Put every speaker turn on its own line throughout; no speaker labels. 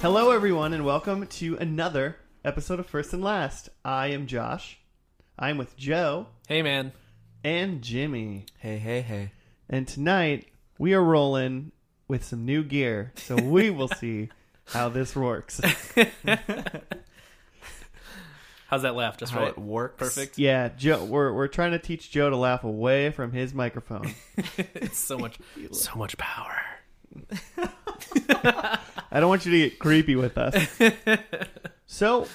Hello, everyone, and welcome to another episode of First and Last. I am Josh. I'm with Joe
Hey, man.
and Jimmy.
Hey, hey, hey.
And tonight we are rolling with some new gear, so we will see how this works.
How's that laugh? Just
how
right.
it works.
Perfect.
Yeah, Joe, we're, we're trying to teach Joe to laugh away from his microphone.
it's so much, so much power.
I don't want you to get creepy with us. So,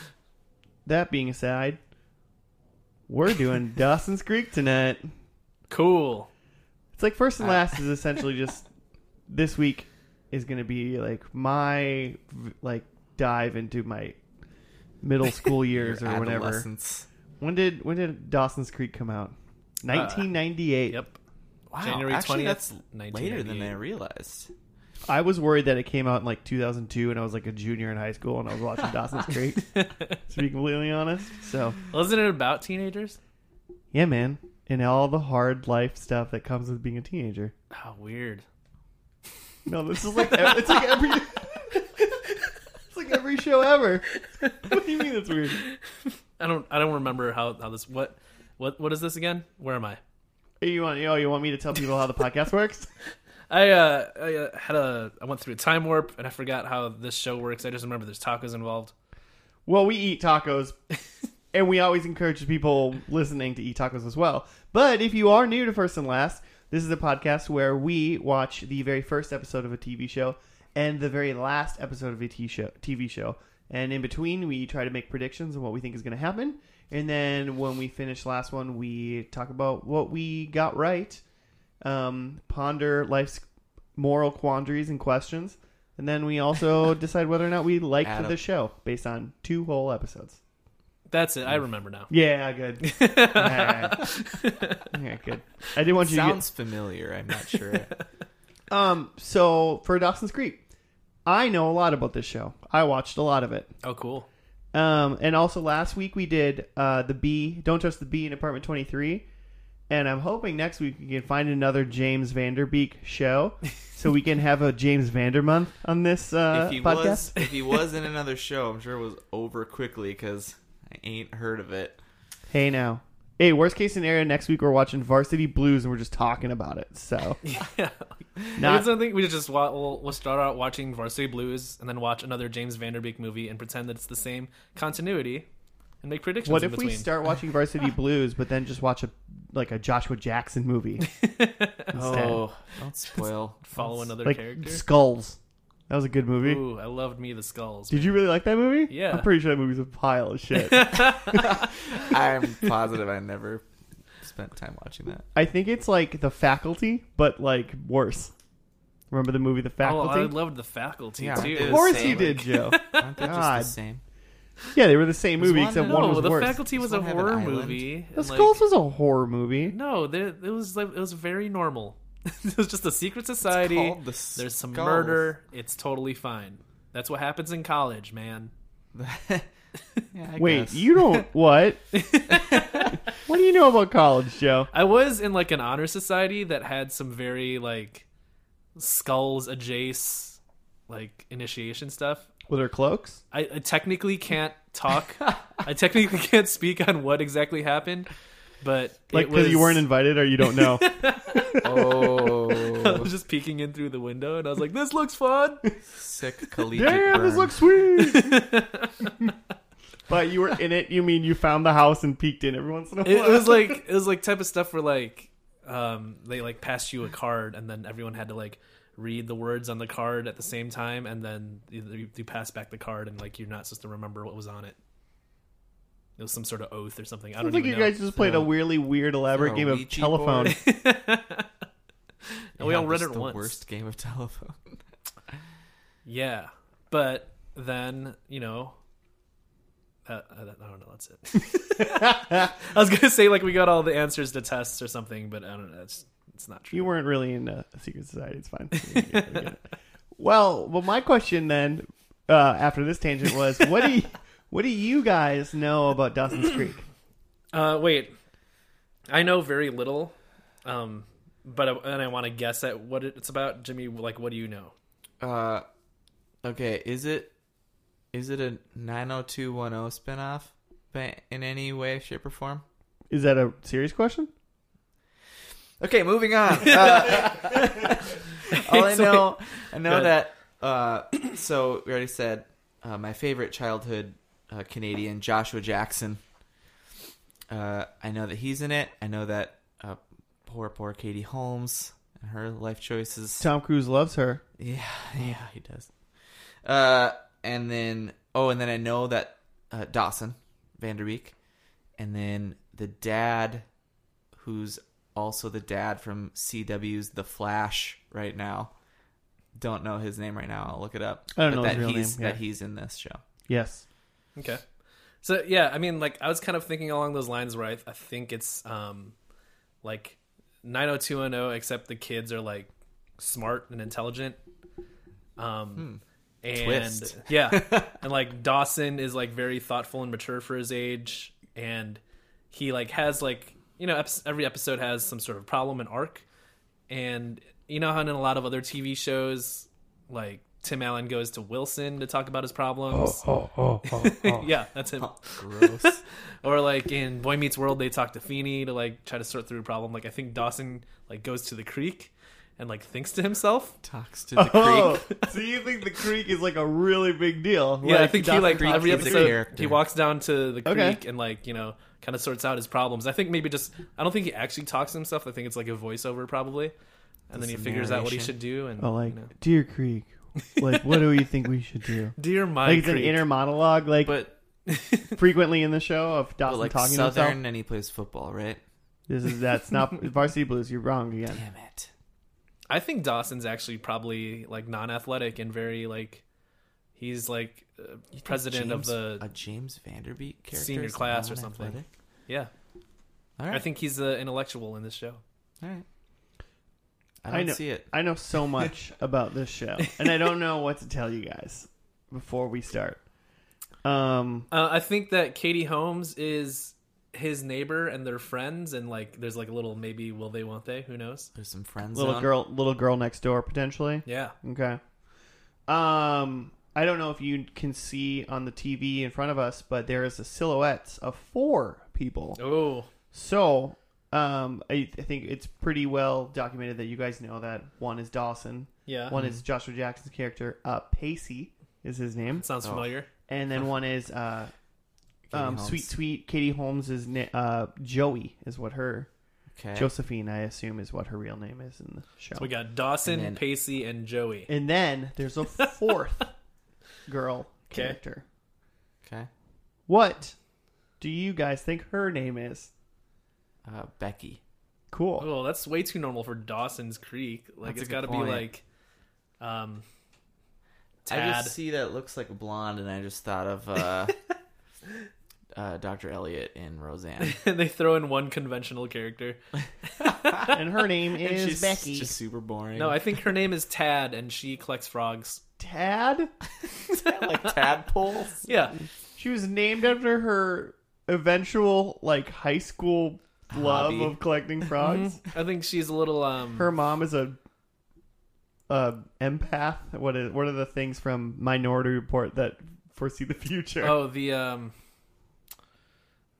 that being aside, we're doing Dawson's Creek tonight.
Cool.
It's like first and last is essentially just this week is going to be like my like dive into my middle school years
Your
or whatever.
adolescence.
When did when did Dawson's Creek come out? 1998.
Yep.
Wow,
January
actually,
20th,
that's later than
1998.
I realized.
I was worried that it came out in like 2002 and I was like a junior in high school and I was watching Dawson's Creek to be completely honest. So,
Wasn't it about teenagers?
yeah, man, and all the hard life stuff that comes with being a teenager.
Oh, weird.
No, this is like it's like every It's like every show ever. What do you mean it's weird?
I don't. I don't remember how, how this. What. What. What is this again? Where am I?
Hey, You want you, know, you want me to tell people how the podcast works?
I, uh, I uh, had a. I went through a time warp and I forgot how this show works. I just remember there's tacos involved.
Well, we eat tacos, and we always encourage people listening to eat tacos as well. But if you are new to First and Last, this is a podcast where we watch the very first episode of a TV show and the very last episode of a T show, TV show. And in between, we try to make predictions on what we think is going to happen. And then when we finish last one, we talk about what we got right, um, ponder life's moral quandaries and questions, and then we also decide whether or not we liked
Add up.
the show based on two whole episodes.
That's
Mm.
it. I remember now.
Yeah, good. yeah, good. I didn't want you to get
Sounds familiar. I'm not sure.
Um, so for Dawson's Creek, I know a lot about this show. I watched a lot of it.
Oh, cool.
Um, and also last week we did uh, the B, Don't Touch the B in Apartment 23. And I'm hoping next week we can find another James Vanderbeek show so we can have a James Vander month on this uh,
if he
podcast.
was, if he was in another show, I'm sure it was over quickly because I ain't heard of it.
Hey now. Hey, worst case scenario, next week we're watching Varsity Blues and we're just talking about it. So,
Yeah.
Not-
Not... It's something we just wa- we'll, we'll start out watching Varsity Blues and then watch another James Vanderbeek movie and pretend that it's the same continuity and make predictions.
what
in
if we
between.
start watching Varsity Blues, but then just watch a like a Joshua Jackson movie,
Oh, don't spoil.
follow another
like
character?
Skulls? That was a good movie.
Ooh, I loved Me the Skulls.
Did you really like that movie?
Yeah.
I'm pretty sure that movie's a pile of shit.
I'm positive I never spent time watching that.
I think it's like The Faculty, but like worse. Remember the movie The
Oh, I
Faculty?
loved the faculty
Yeah,
too.
I did.
of course
Same.
you did, Joe.
Aren't they just the
God.
same?
yeah, they were the same
There's
movie
one
except
that-
one
No,
was
the
worse.
faculty was
Does
a
one have an
horror
island?
movie.
The
and, like,
Skulls was a horror movie.
No, there, it was like it was very normal. it was just a secret society.
called the
There's some
Skulls.
murder. It's totally fine. That's what happens in college, man.
yeah, I
Wait,
guess.
you don't what? what do you know about college, Joe?
I was in like an honor society that had some very like skulls adjace like initiation stuff.
Were there cloaks?
I, I technically can't talk. I technically can't speak on what exactly happened, but
Like
it
because you
was-
weren't invited or you don't know.
I
Oh,
was just peeking in through the window, and I was like, "This looks fun."
sick collegiate
Damn, this
burn.
looks sweet. but you were in it. You mean you found the house and peeked in every once in a while?
It was like it was like type of stuff where like um, they like passed you a card, and then everyone had to like read the words on the card at the same time, and then you, you pass back the card, and like you're not supposed to remember what was on it. It was some sort of oath or something. I don't
Sounds like
even
you
know.
guys just played a weirdly weird, elaborate
a
game of
Ouija
telephone.
board?
and we
Yeah,
all read
this
it
is the
once.
Worst game of telephone.
Yeah, but then you know, uh, I don't I don't know. That's it. I was gonna say like we got all the answers to tests or something, but I don't know. That's it's not true.
You weren't really in a secret society. It's fine. We get it, we get it. well, well, my question then, uh, after this tangent, was what do you, what do you guys know about Dawson's Creek?
Uh, wait, I know very little, um, but I, and I want to guess at what it's about. Jimmy, like, what do you know?
Uh, okay, is it Is it a 90210 spinoff ba- in any way, shape, or form?
Is that a serious question?
Okay, moving on. Uh, all I
It's like-
know, I know
Go
that. Uh, so we already said uh, my favorite childhood uh, Canadian, Joshua Jackson. Uh, I know that he's in it. I know that uh, poor, poor Katie Holmes and her life choices.
Tom Cruise loves her.
Yeah, yeah, he does. Uh, and then oh, and then I know that uh, Dawson Vanderbeek, and then the dad, who's also the dad from CW's The Flash right now. Don't know his name right now. I'll look it up.
I don't know his
that
real
he's
name, yeah.
that he's in this show.
Yes.
Okay. So yeah, I mean, like I was kind of thinking along those lines where I, I think it's um, like 90210, except the kids are like smart and intelligent. Um, and
Twist.
yeah, and like Dawson is like very thoughtful and mature for his age, and he like has like you know eps- every episode has some sort of problem and arc, and you know how in a lot of other TV shows, like Tim Allen goes to Wilson to talk about his problems. yeah, that's him.
Gross.
Or like in Boy Meets World, they talk to Feeney to like try to sort through a problem. Like I think Dawson like goes to the creek and like thinks to himself.
Talks to the
Oh,
creek.
so you think the creek is like a really big deal?
Yeah, I
Like,
think he
Dawson
like
Creek
every
is a-
episode
character.
he walks down to the creek
Okay.
and like you know kind of sorts out his problems. I think maybe just I don't think he actually talks to himself. I think it's like a voiceover probably, and then he
Just a
figures out what he
narration.
should do. And
Oh, like
you know.
Deer Creek. Like, what do you think we should do?
dear my
Like, it's an
creek.
inner monologue, like
But,
frequently in the show of
but
Dawson
like
talking
southern,
to himself.
and he plays football, right?
This is that's not varsity blues. You're wrong again.
Damn it.
I think Dawson's actually probably like non-athletic and very like he's like uh, president
James,
of the
a James Vanderbeek character,
senior
is
class or something.
non-athletic?
yeah.
All right.
I think he's the intellectual in this show.
All right. I
I
don't
know-
see it.
I know so much about this show, and I don't know what to tell you guys before we start. Um,
Uh, I think that Katie Holmes is his neighbor and they're friends, and like there's like a little maybe will they won't they? Who knows?
There's some friends.
little girl, little girl next door, potentially.
Yeah,
Okay. Um, I don't know if you can see on the TV in front of us, but there is a silhouettes of four people.
Oh,
So, um, I, I think it's pretty well documented that you guys know that one is Dawson,
yeah.
one is Joshua Jackson's character, uh, Pacey is his name,
Sounds
Oh.
familiar.
and then one is uh, um, sweet sweet Katie Holmes is na- uh, Joey is what her
Okay.
Josephine I assume is what her real name is in the show.
So we got Dawson,
And then-
Pacey, and Joey.
And then there's a fourth girl
Okay.
character.
Okay.
What do you guys think her name is?
Uh, Becky.
Cool.
Oh, that's way too normal for Dawson's Creek. Like
That's a
it's
good
got to be
point.
like, um,
I
Tad.
just see that looks like a blonde, and I just thought of uh, uh, Dr. Elliot in Roseanne.
and they throw in one conventional character.
And her name
And
is
she's
Becky.
Just super boring.
No, I think her name is Tad, and she collects frogs.
Tad.
like tadpoles.
Yeah,
She was named after her eventual like high school love
Hobby.
of collecting frogs.
Mm-hmm. I think she's a little um.
Her mom is a uh empath. What is what are the things from Minority Report that foresee the future?
Oh, the um,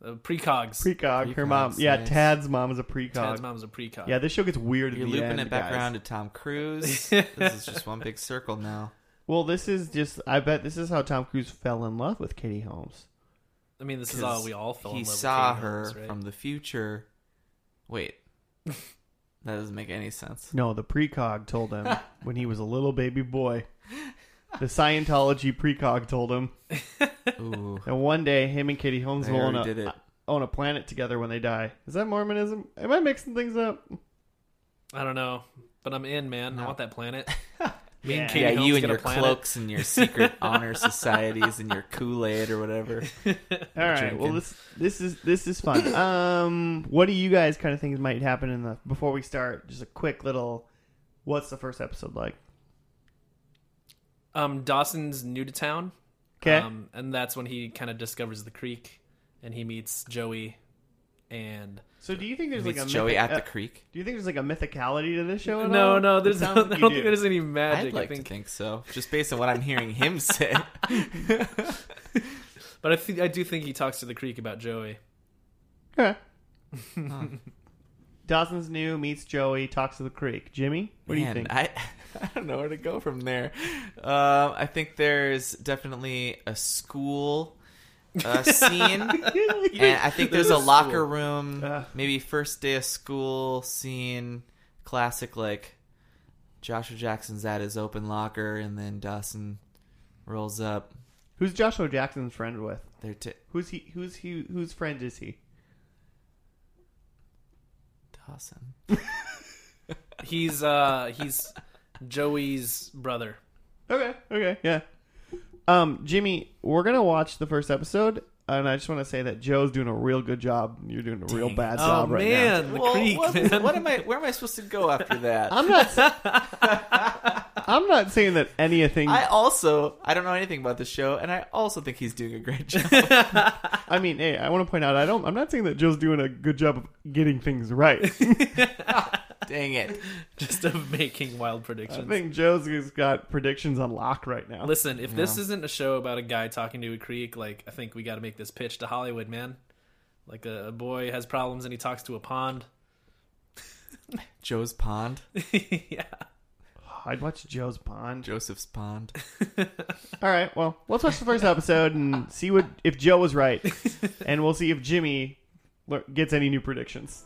the precogs.
precog. Her
Precog's
mom. Yeah,
nice.
Tad's mom is a precog.
Tad's mom's a precog.
Yeah, this show gets weird. at
You're
the
looping
end,
it back
guys.
around to Tom Cruise. this is just one big circle now.
Well, this is just. I bet this is how Tom Cruise fell in love with Katie Holmes.
I mean, this is
'Cause
all we all fell in
he
love with
saw
Katie
her
Holmes, right?
from the future. Wait, that doesn't make any sense.
No, the precog told him when he was a little baby boy. The Scientology precog told him
Ooh,
that one day him and Katie Holmes
They
will own
already did
a,
it.
own a planet together when they die. Is that Mormonism? Am I mixing things up?
I don't know, but I'm in, man. I
No.
want that planet.
Me and
Katie
yeah,
Holmes
you and
get a
your
planet.
cloaks and your secret honor societies and your Kool Aid or whatever.
All right.
Drinking.
Well, this this is this is fun. um, what do you guys kind of think might happen in the before we start? Just a quick little. What's the first episode like?
Um, Dawson's new to town.
Okay.
Um,
Um, and that's when he kind of discovers the creek, and he meets Joey, and
So do you think there's like a
Meets Joey
mythi-
at
uh,
the creek.
Do you think there's like a mythicality to this show? At
no,
all?
no,
It
there's
sounds
no,
like
I
you
don't
do.
think there's any
I'd
magic.
like
I think,
to think so, just based on what I'm hearing him say.
but I think I do think he talks to the creek about Joey.
Okay. Dawson's new meets Joey, talks to the creek. Jimmy, what do you
Man,
think?
I, I don't know where to go from there. Um, I think there's definitely a school uh, scene, and I think there's
There's
a
a
locker
school. Uh.
room,
Ugh.
maybe first day of school scene, classic like Joshua Jackson's at his open locker, and then Dawson rolls up.
Who's Joshua Jackson's friend with?
They're t-
Who's he? Who's he? Whose friend is he?
Dawson.
He's uh he's Joey's brother.
Okay. Okay. Yeah. Um, Jimmy, we're gonna watch the first episode, and I just want to say that Joe's doing a real good job. and You're doing a real
Dang.
bad
Oh,
job right now.
man, the
Well,
creek.
what,
man.
what am I? Where am I supposed to go after that?
I'm not. I'm not saying that anything.
I
I,
also I don't know anything about the show, and I also think he's doing a great job.
mean, hey, I want to point out. I don't. I'm not saying that Joe's doing a good job of getting things right.
Dang it!
Just of making wild
I
predictions.
think Joe's has got predictions on lock right now.
Listen, if this isn't a show about a guy talking to a creek, like I think we got to make this pitch to Hollywood, man. Like a, a boy has problems and he talks to a pond.
Joe's pond,
yeah.
I'd watch Joe's Pond.
Joseph's pond.
All right, well, let's watch the first episode and see what if Joe was right, and we'll see if Jimmy lear- gets any new predictions.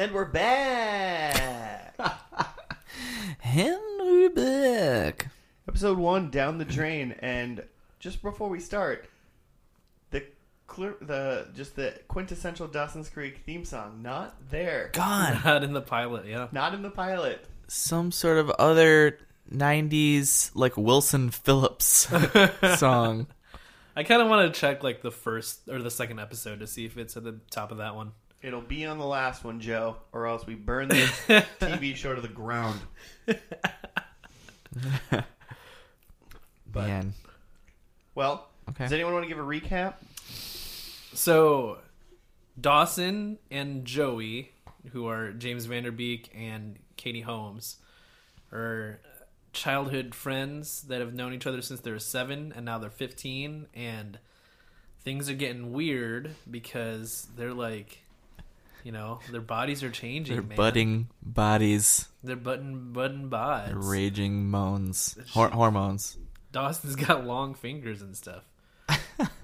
And we're back. and we're back.
Episode one down the drain, and just before we start, the clear, the just the quintessential Dawson's Creek theme song not there,
Gone.
Not in the pilot, yeah.
not in the pilot.
Some sort of other '90s like Wilson Phillips song.
I kind of want to check like the first or the second episode to see if it's at the top of that one.
It'll be on the last one, Joe, or else we burn this TV show to the ground. But-
Man.
Well,
Okay.
does anyone want to give a recap?
So, Dawson and Joey, who are James Vanderbeek and Katie Holmes, are childhood friends that have known each other since they were seven, and now they're 15, and things are getting weird because they're like, you know, their bodies are changing.
They're
man.
budding bodies,
They're button button bods.
raging moans, Hor- hormones.
Dawson's got long fingers and stuff.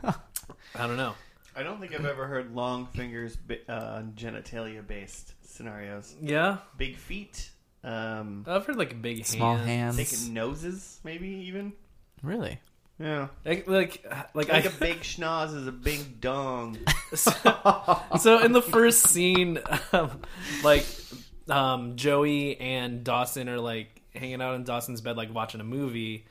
I don't know.
I don't think I've ever heard long fingers bi- uh, genitalia based scenarios.
Yeah,
Big feet, um,
I've heard like big
Small
hands.
hands.
thinking noses, maybe even.
Really?
Yeah,
Like like like,
like
I,
a big schnoz is a big dong.
so, so in the first scene, um, like um, Joey and Dawson are like hanging out in Dawson's bed, like watching a movie,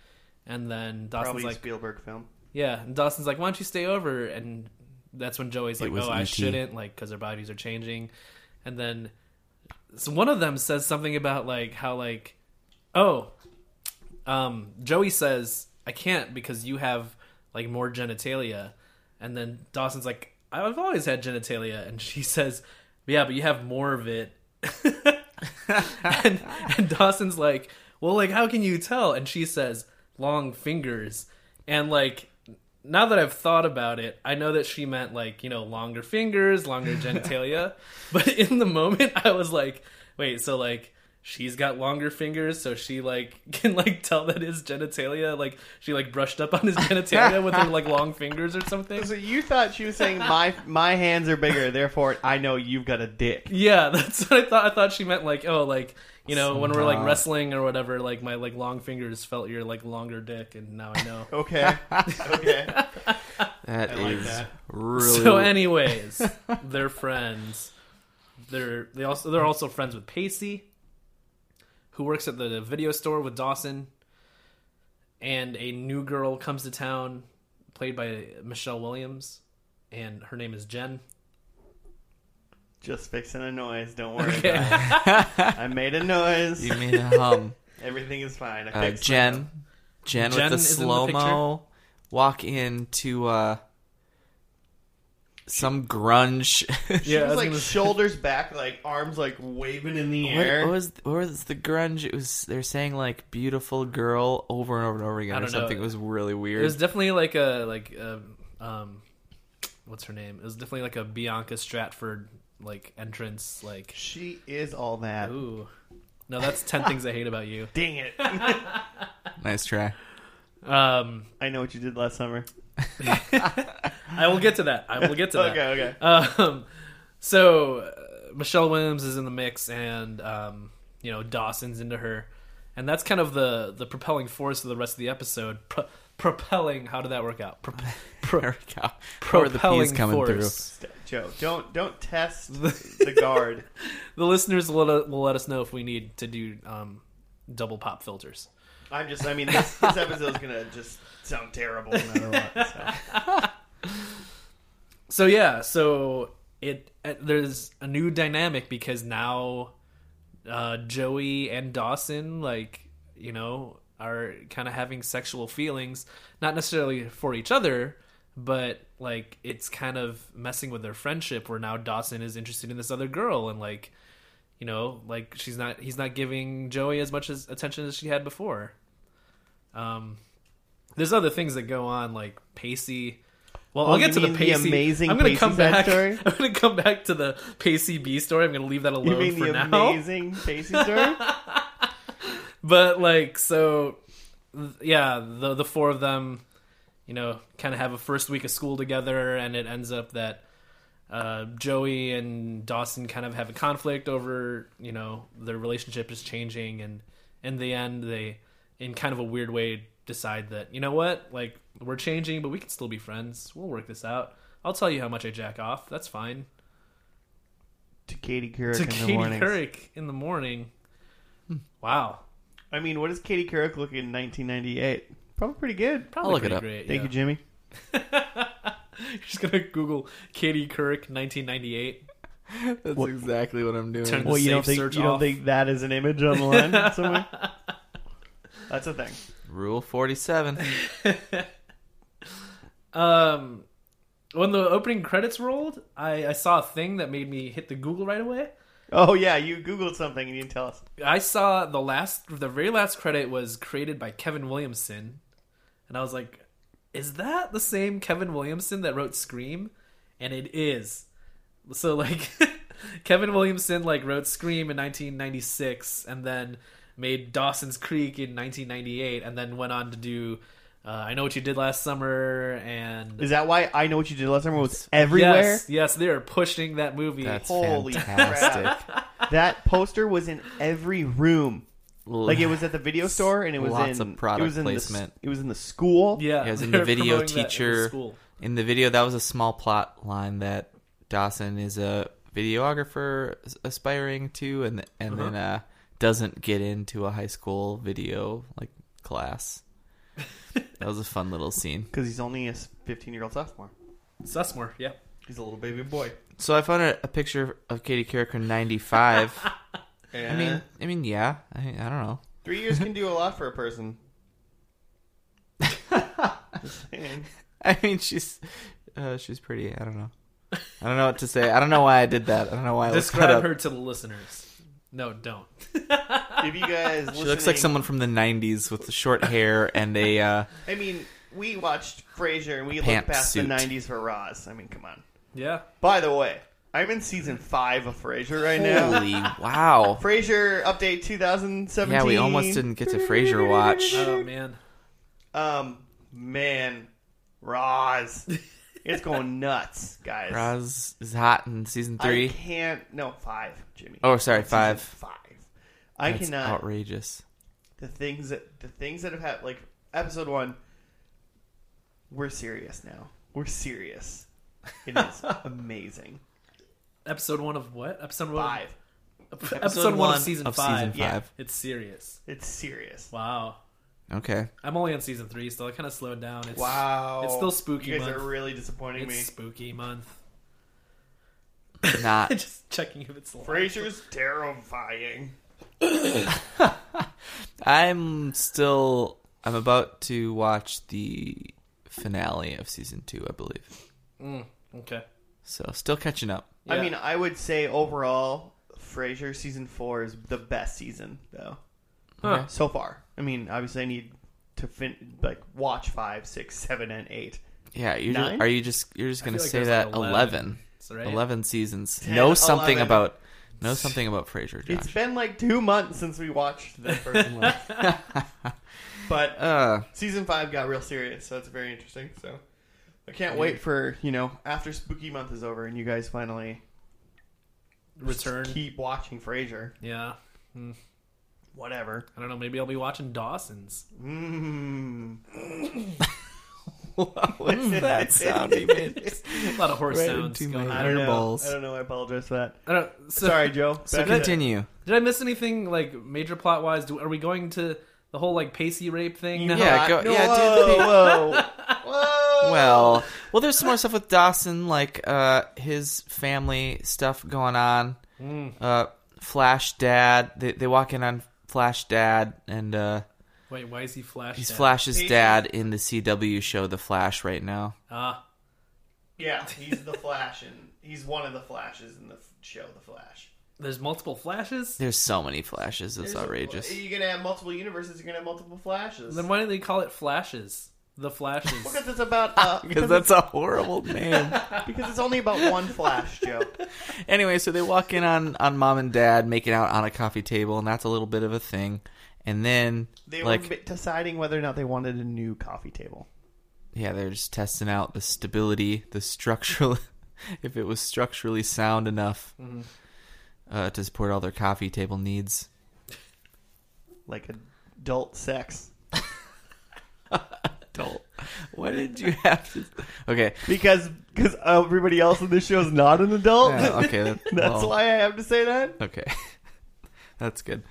and then Dawson's
Probably a
like,
Spielberg film.
"Yeah," and Dawson's like, "Why don't you stay over?" And that's when Joey's like, "Oh,
was
I
E.T..
shouldn't," like because their bodies are changing, and then so one of them says something about like how like, "Oh, um, Joey says, I can't because you have like more genitalia. And then Dawson's like, I've always had genitalia. And she says, Yeah, but you have more of it. and, and Dawson's like, Well, like, how can you tell? And she says, Long fingers. And like, now that I've thought about it, I know that she meant like, you know, longer fingers, longer genitalia. but in the moment, I was like, wait, so like she's got longer fingers, so she like can like tell that his genitalia, like she like brushed up on his genitalia with her like long fingers or something.
So you thought she was saying my my hands are bigger, therefore I know you've got a dick.
Yeah, that's what I thought. I thought she meant like, oh, like you know, when we're like
Smart.
wrestling or whatever, like my like long fingers felt your like longer dick, and now I know.
Okay, okay. I
That
like
is
that.
really
So, anyways, they're friends. They're they also they're also friends with Pacey, who works at the video store with Dawson. And a new girl comes to town, played by Michelle Williams, and her name is Jen.
Just fixing a noise. Don't worry.
Okay.
About it. I made a noise.
You made a hum.
Everything is fine. I
Uh,
fixed
Jen, Jen,
Jen
with the
is in the
slow mo walk into uh, some grunge.
She
Yeah, I
was
was
like
gonna say-
shoulders back, like arms like waving in the
What,
air.
what was what was the grunge? It was they're saying like "beautiful girl" over and over and over again
I
or
don't know.
something. It was really
It
weird.
was definitely like a like a, um, what's her name? It was definitely like a Bianca Stratford like entrance. Like
she is all that.
ooh, no, that's ten things I hate about you.
Dang it!
nice try.
Um,
I know what you did last summer.
I will get to that. I will get to that.
Okay, okay.
Um, so uh, Michelle Williams is in the mix, and um, you know Dawson's into her, and that's kind of the the propelling force of the rest of the episode. Pro- propelling. How did that work out? Pro-
There we go. Or the
propelling
peas coming
force.
St- Joe, don't don't test the guard.
The listeners will let, will let us know if we need to do um, double pop filters.
I'm just. I mean, this, this episode is gonna just sound terrible no matter what. So.
So yeah, so it uh, there's a new dynamic because now uh, Joey and Dawson like you know are kind of having sexual feelings, not necessarily for each other, but like it's kind of messing with their friendship. Where now Dawson is interested in this other girl and like you know like she's not he's not giving Joey as much as attention as she had before. Um, there's other things that go on like Pacey. Well,
Oh,
I'll get
you
to the
mean the
Pacey.
amazing
I'm gonna
Pacey
come
side
back.
story?
I'm gonna come back to the Pacey B story. I'm gonna leave that alone
You mean
for
the
now.
amazing Pacey story?
But like, so th- yeah, the the four of them, you know, kind of have a first week of school together, and it ends up that uh, Joey and Dawson kind of have a conflict over, you know, their relationship is changing, and in the end, they, in kind of a weird way, decide that you know what, like we're changing, but we can still be friends. We'll work this out. I'll tell you how much I jack off. That's fine.
to Katie Couric
to
in the
Katie
morning.
Couric in the morning.
Hmm.
Wow,
I mean, what does Katie Couric look in 1998? Probably pretty good.
probably
look it
pretty
up.
great.
Thank
yeah.
you, Jimmy.
Just gonna Google Katie Couric 1998.
That's exactly what I'm doing.
Turn- The
Well, you don't
safe
think
search
you don't
off.
think that is an image online somewhere? That's a thing.
Rule forty-seven.
Um, when the opening credits rolled, I, I saw a thing that made me hit the Google right away.
Oh yeah, you googled something and you didn't tell us.
I saw the last, the very last credit was created by Kevin Williamson, and I was like, "Is that the same Kevin Williamson that wrote Scream?" And it is. So like, Kevin Williamson like wrote Scream in 1996, and then made Dawson's Creek in 1998, and then went on to do. Uh, I know what you did last summer, and
Is that why I know what you did last summer was everywhere?
yes, yes, they are pushing that movie.
That's
Holy
fantastic.
That poster was in every room. Like it was at the video store and it was
Lots
in
of product
it was in
placement.
The, it was in the school.
yeah,
Yeah, as in
they're
the video
promoting that in
teacher-
school.
in the video. That was a small plot line that Dawson is a videographer as- aspiring to, and and
Uh-huh.
then uh, doesn't get into a high school video like class. that was a fun little scene.
Because he's only a 15 year old sophomore.
Sussmore, yeah.
He's a little baby boy.
So I found a, a picture of Katie Couric in '95. I mean, I mean, yeah. I, I don't know.
three years can do a lot for a person. Just saying.
I mean, she's uh, she's pretty. I don't know. I don't know what to say. I don't know why I did that. I don't know why I looked that
Describe
up.
her to the listeners. No, don't.
If you guys,
She looks
listening-
like someone from the '90s with short hair and a. Uh,
I mean, we watched Frasier and we
Pant
looked past
suit.
the '90s for Roz. I mean, come on.
Yeah.
By the way, I'm in season five of Frasier right now.
Holy wow!
Frasier update 2017.
Yeah, we almost didn't get to Frasier watch.
Oh man.
Um, man, Roz, it's going nuts, guys.
Roz is hot in season
I
three.
can't. No, five, Jimmy.
Oh, sorry,
Season
five.
Five. I
That's
cannot.
outrageous.
the things that the things that have happened like episode one we're serious now we're serious it is amazing
Episode one of what? Episode one.
five
Episode, one, of season five.
season
yeah.
five.
It's serious.
it's serious
Wow.
Okay.
I'm only on season three, so I kind of slowed down. It's,
wow
It's still spooky
you guys
month.
are really disappointing
It's
me
spooky month.
Not
Just checking if it's live.
Frasier's terrifying.
I'm still I'm about to watch the finale of season 2, I believe.
Mm, okay.
So still catching up.
I
Yeah.
mean, I would say overall, Frasier season four is the best season though
Huh.
so far. I mean, obviously, I need to fin- like watch five, six, seven, and eight.
Yeah, you
Nine?
just, are you just you're just
I
going to
feel like
say
there's
that
like
11
11. Is that right?
11 seasons.
10,
know something
11.
about know something about Frasier,
It's
Josh.
been like two months since we watched the first one, but
uh
season five got real serious, so it's very interesting. So I can't wait for you know after Spooky Month is over and you guys finally just
Return.
keep watching Frasier.
Yeah.
Whatever.
I don't know. Maybe I'll be watching Dawson's.
Mm.
what was that sound he made?
A lot of horse
Right
sounds
into
going
my-
I
on.
don't know.
Eyeballs.
I don't know. I apologize for that.
I don't, so,
Sorry, Joe.
So
Back to-
continue.
Did I miss anything like major plot wise? Are we going to the whole like Pacey rape thing?
No. Yeah, go- yeah, do the-
whoa, whoa.
Well, well, there's some more stuff with Dawson, like uh, his family stuff going on.
Mm.
Uh, Flash Dad, they, they walk in on Flash Dad, and uh,
Wait, why is he Flash?
he's
then?
Flash's
He-
dad in the CW show The Flash right now.
Ah,
yeah, he's the Flash, and he's one of the Flashes in the f- show, The Flash.
there's multiple Flashes.
There's so many Flashes, it's
There's a-
outrageous.
you're gonna have multiple universes. You're gonna have multiple Flashes.
Then why didn't they call it Flashes? The
because
Flashes.
it's about uh,
Because
because,
that's a horrible name.
it's, because it's only about one Flash, Joe.
anyway, so they walk in on, on mom and dad making out on a coffee table, and that's a little bit of a thing. And then,
They were
like,
bit- deciding whether or not they wanted a new coffee table.
yeah, they're just testing out the stability, the structural, if it was structurally sound enough uh, to support all their coffee table needs.
Like adult sex.
Adult. What did you have to? Okay.
Because because everybody else in this show is not an adult.
Yeah, Uh, okay. That,
That's
well,
why I have to say that.
Okay. That's good.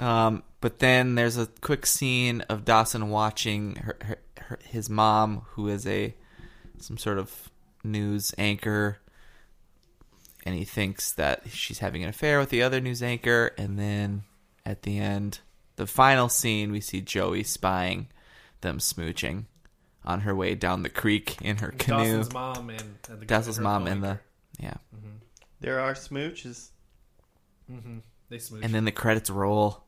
Um, but then there's a quick scene of Dawson watching her, her, her, his mom, who is a some sort of news anchor, and he thinks that she's having an affair with the other news anchor. And then at the end, the final scene, we see Joey spying them smooching on her way down the creek in her canoe.
Dawson's mom and, and the
Dawson's
her
mom and the
co-anchor.
yeah,
There are smooches.
Mm-hmm. they smooch.
and then the credits roll.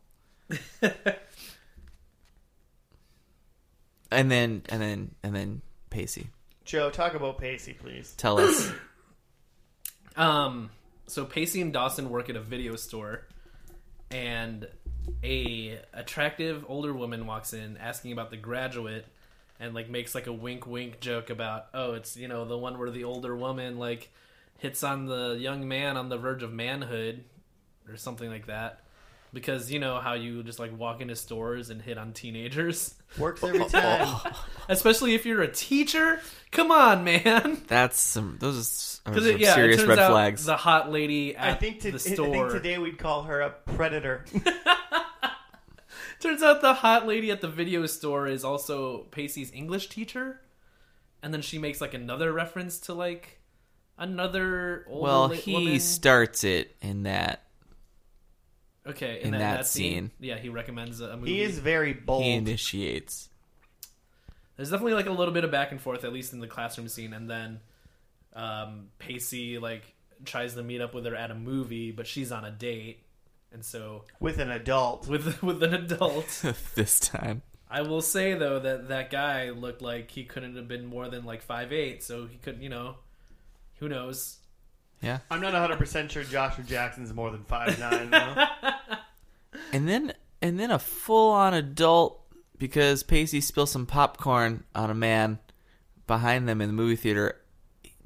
and then and then and then Pacey
Joe, talk about Pacey, please.
tell us
Um, so Pacey and Dawson work at a video store, and a attractive older woman walks in asking about the graduate, and like makes like a wink wink joke about oh it's you know the one where the older woman like hits on the young man on the verge of manhood or something like that. Because you know how you just like walk into stores and hit on teenagers,
Works every time.
especially if you're a teacher. Come on, man!
that's some those are
Because
some
yeah, it
serious
turns
red
out
flags.
the hot lady at
I think, to,
the
I
store.
think today we'd call her a predator.
Turns out the hot lady at the video store is also Pacey's English teacher, and then she makes like another reference to like another older
well,
la-
he
woman.
starts it in that
okay in,
in
that,
that
that scene.
scene.
Yeah, he recommends a a movie.
he is very bold.
he initiates.
There's definitely like a little bit of back and forth, at least in the classroom scene, and then um, Pacey like tries to meet up with her at a movie, but she's on a date, and so
with an adult.
with with an adult.
this time,
I will say though that that guy looked like he couldn't have been more than like five eight, so he couldn't, you know, who knows?
yeah.
I'm not 100 percent sure Joshua Jackson's more than five nine. though.
And then and then a full on adult because Pacey spills some popcorn on a man behind them in the movie theater.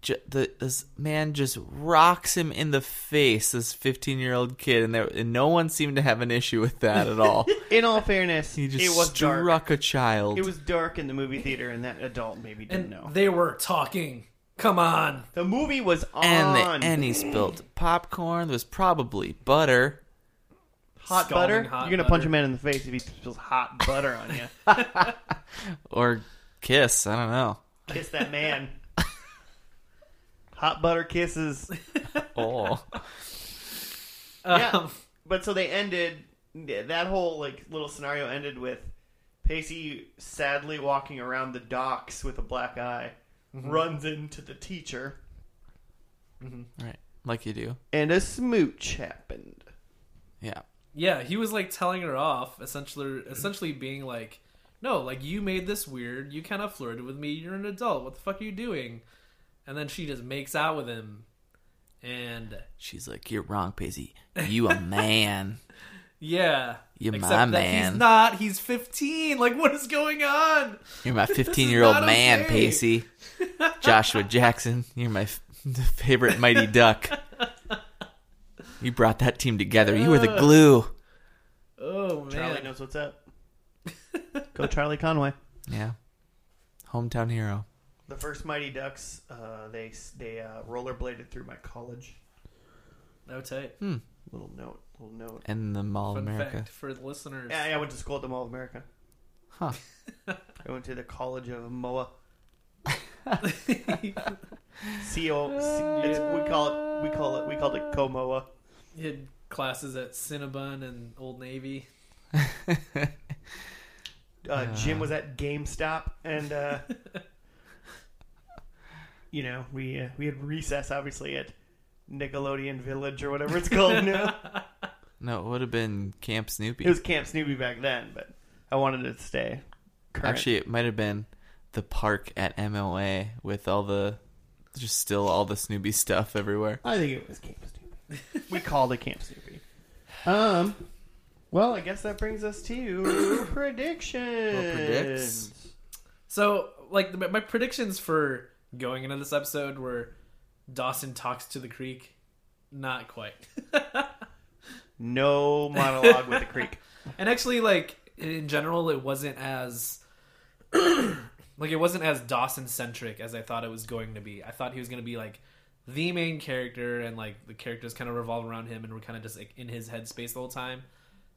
J- the, this man just rocks him in the face. This fifteen year old kid, and, there, and no one seemed to have an issue with that at all.
In all fairness,
He just
it was
struck
dark.
a child.
It was dark in the movie theater, and that adult maybe didn't
And
know.
they were talking. Come on.
The movie was on.
and the, and he spilled popcorn. There was probably butter.
hot
Scalding
butter.
hot
You're gonna punch
butter.
a man in the face if he spills hot butter on you.
or kiss. I don't know.
Kiss that man. Hot butter kisses.
all.
Yeah. But so they ended that whole like little scenario ended with Pacey sadly walking around the docks with a black eye, runs into the teacher,
Right. Like you do.
and a smooch happened.
Yeah.
Yeah, he was like telling her off, essentially, essentially being like, "No, like you made this weird. You kind of flirted with me. You're an adult. What the fuck are you doing?" And then she just makes out with him, and
She's like, You're wrong, Pacey. You a man.
yeah,
You're
except
my
that
man.
He's not. He's 15. Like, what is going on?
You're my 15 year old
not
man,
okay.
Pacey. Joshua Jackson, you're my f- favorite mighty duck. You brought that team together. You were the glue.
Oh man,
Charlie knows what's up. Go Charlie Conway.
Yeah. Hometown hero.
The first Mighty Ducks, uh, they they uh, rollerbladed through my college.
no tight.
Little note, little note.
And the Mall of
Fun
America.
fact for the listeners.
Yeah, I went to school at the Mall of America.
Huh.
I went to the College of MOA. CO, it's, we call it we call it we called it Comoa.
He had classes at Cinnabon and Old Navy.
Uh, Jim was at GameStop, and uh, you know we uh, we had recess obviously at Nickelodeon Village or whatever it's called now.
No, it would have been Camp Snoopy.
it was Camp Snoopy back then, but I wanted to stay. Current.
Actually, it might have been the park at MLA with all the just still all the Snoopy stuff everywhere.
I think it was Camp Snoopy. we called it Camp Snoopy. Um, well, I guess that brings us to predictions.
Well, predicts.
So, like, the, my predictions for going into this episode were Dawson talks to the creek. Not quite.
No monologue with the creek.
and actually, like, in general, it wasn't as. like, it wasn't as Dawson centric as I thought it was going to be. I thought he was going to be, like, the main character, and, like, the characters kind of revolve around him, and we're kind of just, like, in his headspace the whole time.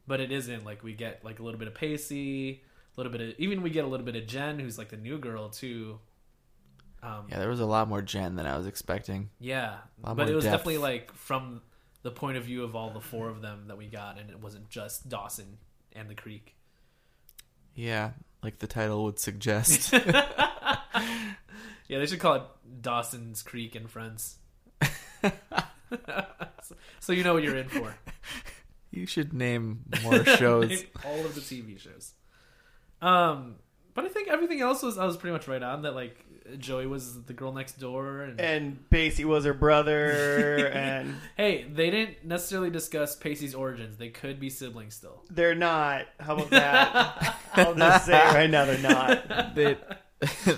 But it isn't. Like, we get, like, a little bit of Pacey, a little bit of. Even we get a little bit of Jen, who's, like, the new girl, too. Um,
Yeah, there was a lot more Jen than I was expecting.
Yeah, but
lot more
it was
depth.
definitely like from the point of view of all the four of them that we got, and it wasn't just Dawson and the Creek.
Yeah, like the title would suggest.
Yeah, they should call it Dawson's Creek and Friends. so, so you know what you're in for.
you should name more shows.
Name all of the TV shows. Um, but I think everything else was I was pretty much right on that. Like Joey was the girl next door, and,
And Basie was her brother, and
hey, they didn't necessarily discuss Pacey's origins. They could be siblings still.
they're not. How about that? I'll just say right now they're not.
they,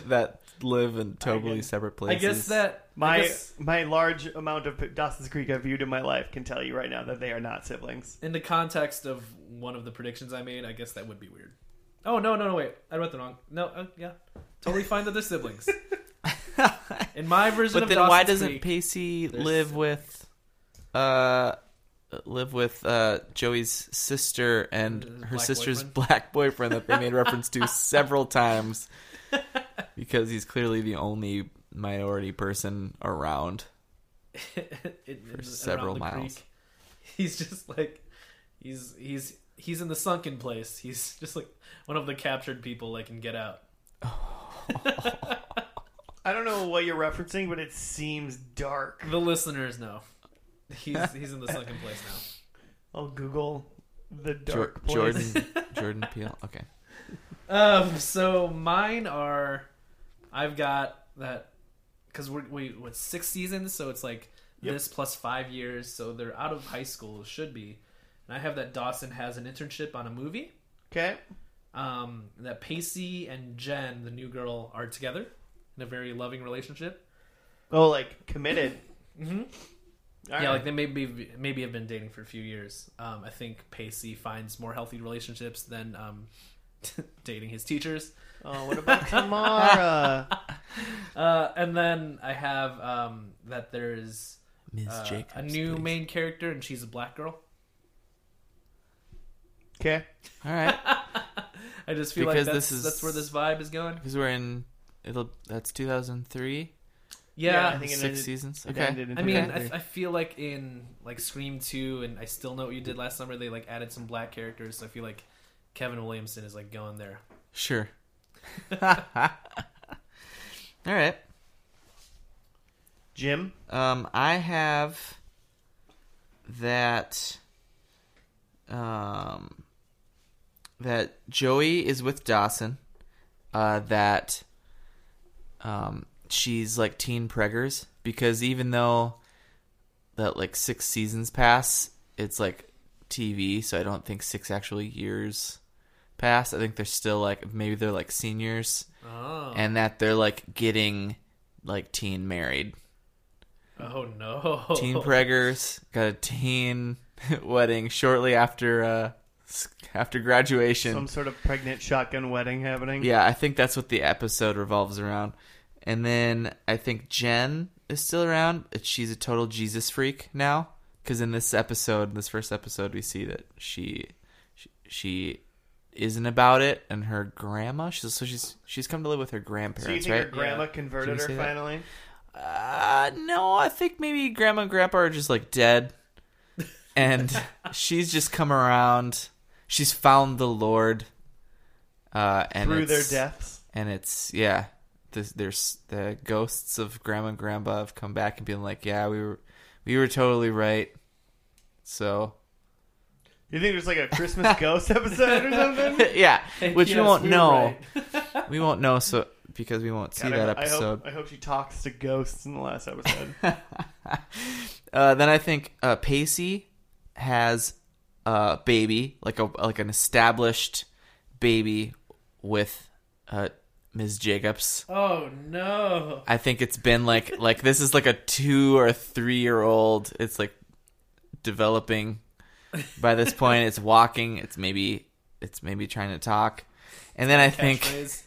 that live in totally
guess-
separate
I
places.
guess that I
My
guess-
my large amount of Dawson's Creek I've viewed in my life can tell you right now that they are not siblings.
in the context of one of the predictions I made, I guess that would be weird. Oh no, no, no! Wait, I wrote the wrong. No, uh, yeah, totally fine that they're siblings. In my version
But
of
then
Dawson's
why doesn't
Creek,
Pacey
there's-
live with uh live with uh Joey's sister and
His
her
black
sister's
boyfriend?
black boyfriend that they made reference to several times because he's clearly the only minority person around.
in- in- around
several
the
miles.
creek, he's just like he's he's he's in the sunken place. He's just like one of the captured people, like in Get Out.
I don't know what you're referencing, but it seems dark.
The listeners know he's he's in the sunken place now.
I'll Google the
Jor-
dark place.
Jordan Jordan Peele. Okay.
Um. So mine are, I've got that because we're we what six seasons, so it's like
Yep.
this plus five years, so they're out of high school should be, and I have that Dawson has an internship on a movie.
Okay.
Um, that Pacey and Jen, the new girl, are together in a very loving relationship.
Oh, like committed. mm-hmm.
yeah, like they maybe maybe have been dating for a few years. Um, I think Pacey finds more healthy relationships than um, dating his teachers.
Oh, what about Tamara?
Uh, and then I have um, that there's
Ms.
uh,
Jacobs.
a new
please.
main character, and she's a black girl.
okay.
All right.
I just feel like
Because
that's,
this is-
that's where this vibe is going.
Because we're in it'll that's 2003.
Yeah,
Yeah, I think it
Six
ended-
seasons.
it
Okay.
ended in
I mean, I,
2003.
I feel like in like Scream Two, and I still know what you did last summer. They like added some black characters, so I feel like Kevin Williamson is like going there.
Sure. All right.
Jim,
Um, I have that. Um, that Joey is with Dawson. Uh, that um, she's like teen preggers because even though that like six seasons pass, it's like TV, so I don't think six actual years pass. I think they're still like maybe they're like seniors
Oh,
and that they're like getting like teen married
oh no,
teen preggers got a teen wedding shortly after uh s- after graduation
some sort of pregnant shotgun wedding happening.
yeah i think that's what the episode revolves around and then i think jen is still around but she's a total jesus freak now because in this episode this first episode we see that she she, she isn't about it and her grandma she's so she's she's come to live with her grandparents
So you think
right
her grandma
Yeah.
converted
Should
her
we say that?
finally?
Uh, no, I think maybe grandma and grandpa are just like dead. And she's just come around. She's found the Lord. Uh, and
Through their
it's-
deaths.
And it's, yeah. This, there's the ghosts of grandma and grandpa have come back and been like, yeah, we were, we were totally right. So,
You think there's like a Christmas ghost episode or something?
yeah,
Hey,
which we
yes,
won't
we were
know.
right.
We won't know so because we won't see
God, I
that
ho- I hope-
episode.
I hope, she talks to ghosts in the last episode.
Uh, then I think uh, Pacey has a baby, like a like an established baby with uh, Ms. Jacobs.
Oh no.
I think it's been like like this is like a two or three year old. It's like developing by this point. It's walking. It's maybe it's maybe trying to talk. And then I think
Catchphrase.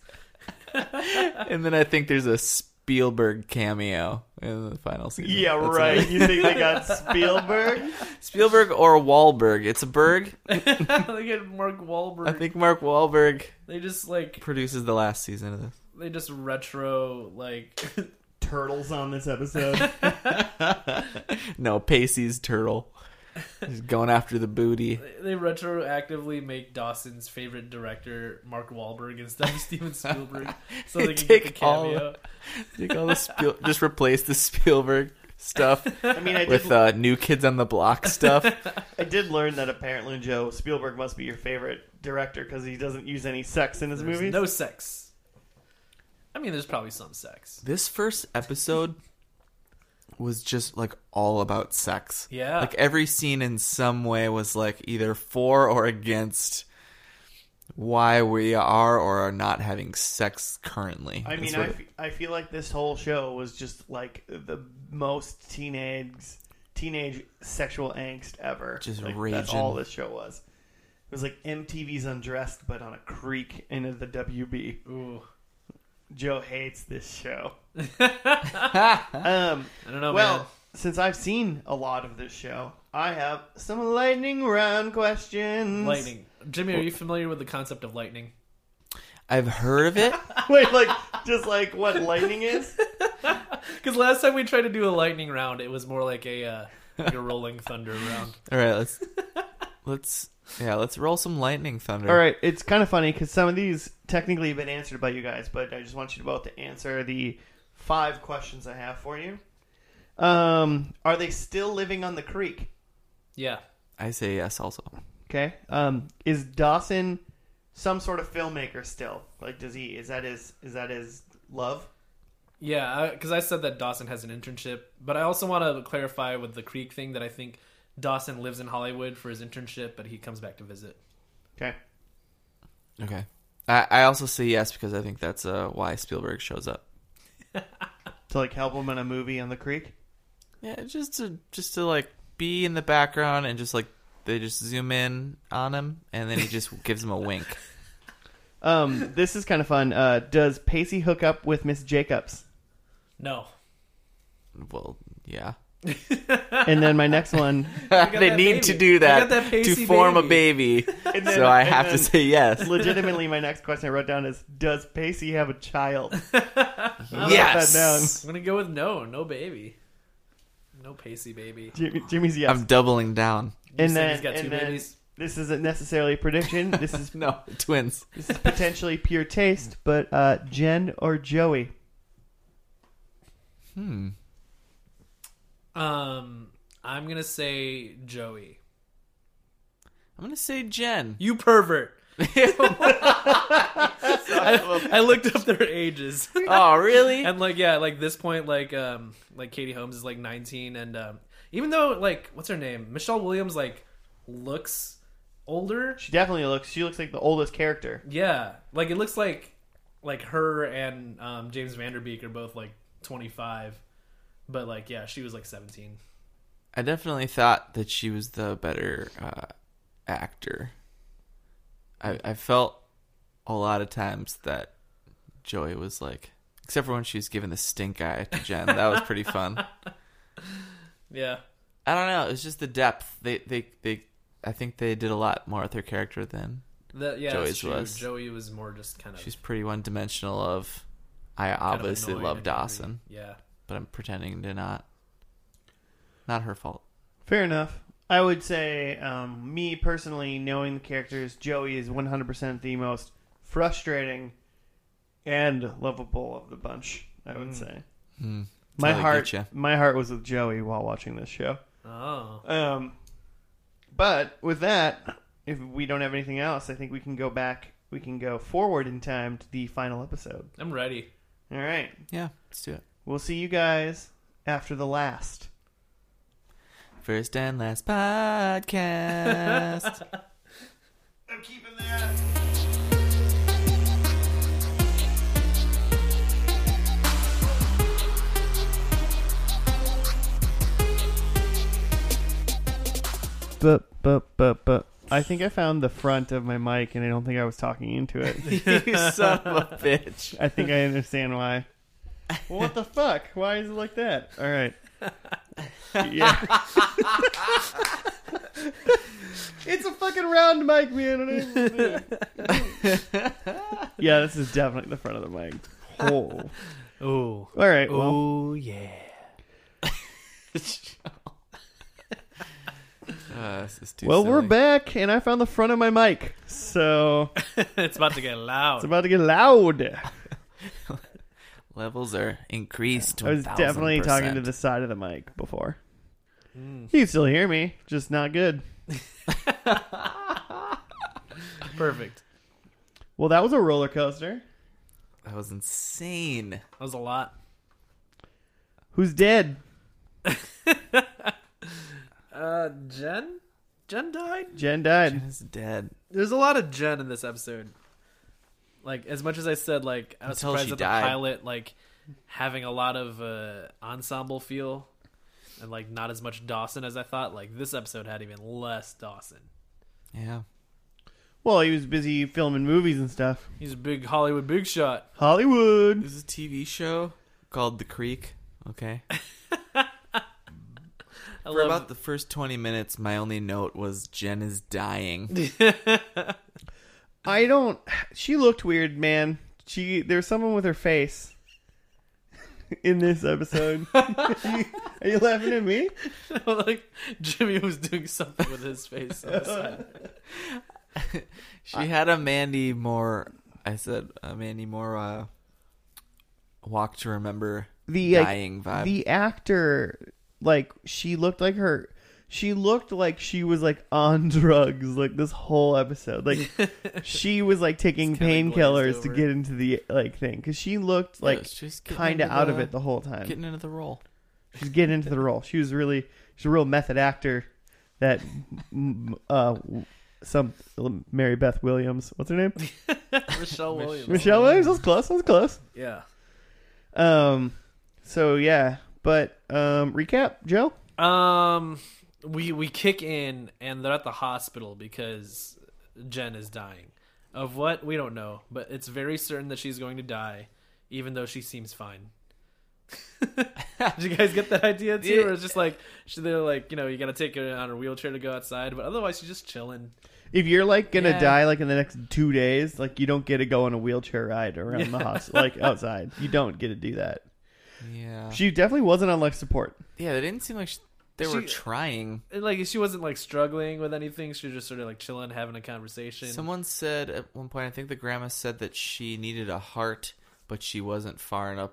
and then I think there's a Spielberg cameo in the final scene.
yeah,
That's
right. You think they got Spielberg?
Spielberg or Wahlberg. It's a Berg.
they get Mark Wahlberg.
I think Mark Wahlberg
They just like
produces the last season of this.
they just retro like
Turtles on this episode.
No, Pacey's turtle. He's going after the booty.
they retroactively make Dawson's favorite director Mark Wahlberg instead of Steven Spielberg, so
They
they, can get the
take all-
cameo.
Take all the Spiel- just replace the Spielberg stuff
I mean, I did,
with uh, New Kids on the Block stuff.
I did learn that apparently, Joe, Spielberg must be your favorite director because he doesn't use any sex in his
There's
movies.
no sex. I mean, there's probably some sex.
This first episode was just like all about sex.
Yeah.
Like every scene in some way was like either for or against why we are or are not having sex currently.
I mean,
That's what
I, fe- I feel like this whole show was just like the most teenage teenage sexual angst ever.
Just
like, That's
raging.
all this show was. It was like MTV's Undressed, but on a creek in the WB.
Ooh,
Joe hates this show.
it-
Um,
I don't know,
well,
Oh, man.
since I've seen a lot of this show, I have some lightning round
mm,
questions.
Lightning. Jimmy, are you familiar with the concept of lightning?
I've heard of it.
Wait, like just like what lightning is?
Because last time we tried to do a lightning round, it was more like a uh, like a rolling thunder round.
All right, let's let's yeah, let's roll some lightning thunder.
All right, it's kind of funny because some of these technically have been answered by you guys, but I just want you both to answer the five questions I have for you. Um, are they still living on the creek?
Yeah.
I say yes. Also,
Okay. Um, is Dawson some sort of filmmaker still? Like, does he? Is that his? Is that his love?
Yeah, because I said that Dawson has an internship, but I also want to clarify with the Creek thing that I think Dawson lives in Hollywood for his internship, but he comes back to visit.
Okay.
okay. I, I also say yes because I think that's uh, why Spielberg shows up.
To like help him in a movie on the creek.
Yeah, just to just to like be in the background and just like they just zoom in on him and then he just gives him a wink.
Um, this is kind of fun. Uh, does Pacey hook up with Miss Jacobs?
No,
Well, yeah,
and then my next one,
got
they
that
need
baby.
to
We
do
got
that,
that
to
pacey
form a baby.
And then-
so I
and
have to
then-
say yes.
legitimately, my next question I wrote down is: Does Pacey have a child? that
yes.
down.
I'm gonna go with no, no baby, no Pacey baby.
Jim- Jimmy's yes.
I'm doubling down.
You
and
said
then,
he's got
and
two
then
babies.
this isn't necessarily a prediction. This is
No, twins.
this is potentially pure taste. But uh, Jen or Joey?
Hmm.
Um, I'm gonna say Joey.
I'm gonna say Jen.
You pervert. I,
oh,
I looked up their ages.
really?
and like yeah, like this point, like um, like Katie Holmes is like 19, and um, even though like what's her name, Michelle Williams, like looks older.
She definitely looks. She looks like the oldest character.
Yeah, like it looks like like her and um, James Vanderbeek are both like 25, but like yeah, she was like 17.
I definitely thought that she was the better uh, actor. I, I felt a lot of times that Joey was like, except for when she was giving the stink eye to Jen. that was pretty fun.
Yeah,
I don't know. It was just the depth. They, they, they. I think they did a lot more with her character than
that yeah, that's
Joey's
true.
was.
Joey was more just kind of
she's pretty one dimensional. Of I
kind of
obviously
annoyed
love
and angry.
Dawson,
Yeah,
but I'm pretending to not. Not her fault.
Fair enough. I would say, um, me personally, knowing the characters, Joey is 100% the most frustrating and lovable of the bunch. I would say
Hmm.
my
Really
heart,
getcha.
my heart was with Joey while watching this show.
oh,
Um, but with that, if we don't have anything else, I think we can go back. We can go forward in time to the final episode.
I'm ready.
All right,
Yeah, let's do it.
we'll see you guys after the last.
First and last podcast.
I'm keeping that. But but but but I think I found the front of my mic, and I don't think I was talking into it.
you son of a bitch.
I think I understand why. Well, what the fuck? Why is it like that? All right. Yeah. it's a fucking round mic, man. yeah, this is definitely the front of the mic. Oh.
Oh,
All right. Well,
oh yeah.
Uh, this is too
well we're
silly.
back, and I found the front of my mic. So
it's about to get loud.
it's about to get loud.
Levels are increased.
I was definitely talking to the side of the mic before. You can still hear me, just not good.
Perfect.
Well, that was a roller coaster.
That was insane.
That was a lot.
Who's dead?
Uh, Jen, Jen died.
Jen died.
Jen is dead.
There's a lot of Jen in this episode. Like as much as I said, like I was
Until
surprised
she
at
died.
the pilot, like having a lot of uh, ensemble feel, and like not as much Dawson as I thought. Like this episode had even less Dawson.
Yeah.
Well, he was busy filming movies and stuff.
He's a big Hollywood big shot.
Hollywood.
There's a TV show called The Creek. Okay.
I
For
love
about the first 20 minutes, my only note was Jen is dying.
I don't. She looked weird, man. She there's someone with her face in this episode. are, you, are you laughing at me?
like Jimmy was doing something with his face. On the side.
She had a Mandy Moore. I said a Mandy Moore uh, walk to remember
The like,
dying vibe.
the actor, like she looked like her. She looked like she was like on drugs, like this whole episode. Like she was like taking
It's kinda glazed
painkillers to
over.
get into the like thing because she looked
Yeah,
like
she's getting
kind of
into
out of it the whole time.
Getting into the role.
She's getting into the role. She was really she's a real method actor. That mm, uh, some Mary Beth Williams. What's her name?
Michelle Williams.
Michelle Williams. That's close. That's close.
Yeah.
Um. So yeah, but um, recap, Joe.
Um, we we kick in and they're at the hospital because Jen is dying. Of what we don't know, but it's very certain that she's going to die, even though she seems fine. Did you guys get that idea too?
Yeah.
Or it's just like she- they're like, you know, you gotta take her on her wheelchair to go outside, but otherwise she's just chilling.
If you're like gonna
Yeah.
die like in the next two days, like you don't get to go on a wheelchair ride around the
Yeah.
hospital, like outside. You don't get to do that.
Yeah.
She definitely wasn't on life support.
yeah, they didn't seem like sh they were
She-
trying.
And like she wasn't like struggling with anything. She was just sort of like chilling, having a conversation.
Someone said at one point, I think the grandma said that she needed a heart, but she wasn't far enough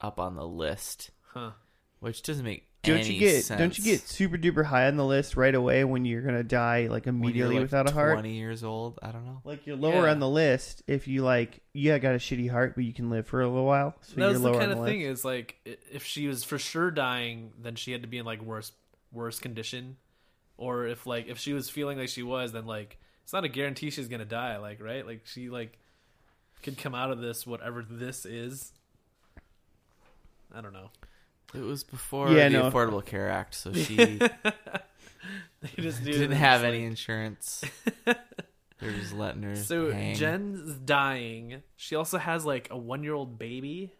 up on the list,
huh.
which doesn't make
Don't
any
you get
sense.
don't you get super duper high on the list right away when you're gonna die like
when you're,
immediately
like,
without a heart?
Twenty years old. I don't know.
Like you're lower
Yeah.
on the list if you like yeah got a shitty heart but you can live for a little while. So
that
you're
was the
lower
kind
on
of
the
thing
list.
is like i- if she was for sure dying, then she had to be in like worse worse condition, or if like if she was feeling like she was, then like it's not a guarantee she's gonna die. Like right, like she like could come out of this whatever this is. I don't know.
It was before
Yeah,
the
no.
Affordable Care Act, so she
They just do
didn't
this,
have
like-
any insurance. They're just letting her.
So
hang.
Jen's dying. She also has like a one year old baby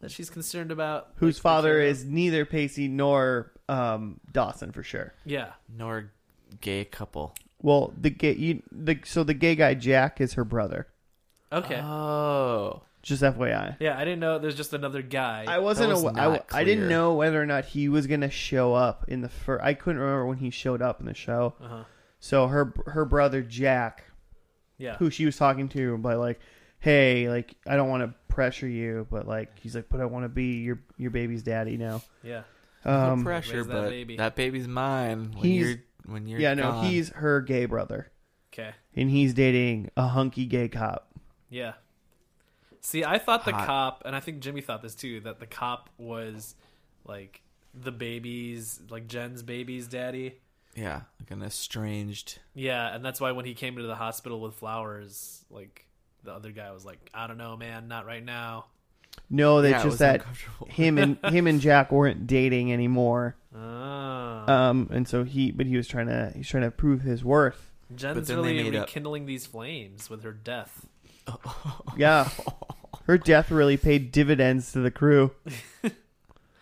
that she's concerned about.
Whose
like,
father
taking care of.
is neither Pacey nor um, Dawson for sure.
Yeah.
nor gay couple.
Well, the gay you, the so the gay guy Jack is her brother.
Okay.
Oh,
Just FYI.
yeah, I didn't know there's just another guy.
I wasn't.
was
awa- I,
not
w- I didn't
clear.
know whether or not he was gonna show up in the first. I couldn't remember when he showed up in the show.
Uh-huh.
So her her brother Jack,
Yeah.
who she was talking to, by like, hey, like I don't want to pressure you, but like he's like, but I want to be your your baby's daddy now.
Yeah.
no
Um,
pressure,
Raise that
but that,
baby.
baby's mine. When
He's-
you're when you're
yeah, no,
gone.
he's her gay brother,
Okay.
and he's dating a hunky gay cop.
Yeah. See, I thought the
Hot.
cop, and I think Jimmy thought this too, that the cop was like the baby's, like Jen's baby's daddy.
yeah like an estranged.
Yeah, and that's why when he came to the hospital with flowers, like the other guy was like, "I don't know, man, not right now."
No, that's
yeah, it was
just that
uncomfortable.
him and him and Jack weren't dating anymore.
Ah.
Um, and so he, but he was trying to he's trying to prove his worth.
Jen's
then they
really
made up.
rekindling these flames with her death.
Yeah. Her death really paid dividends to the crew.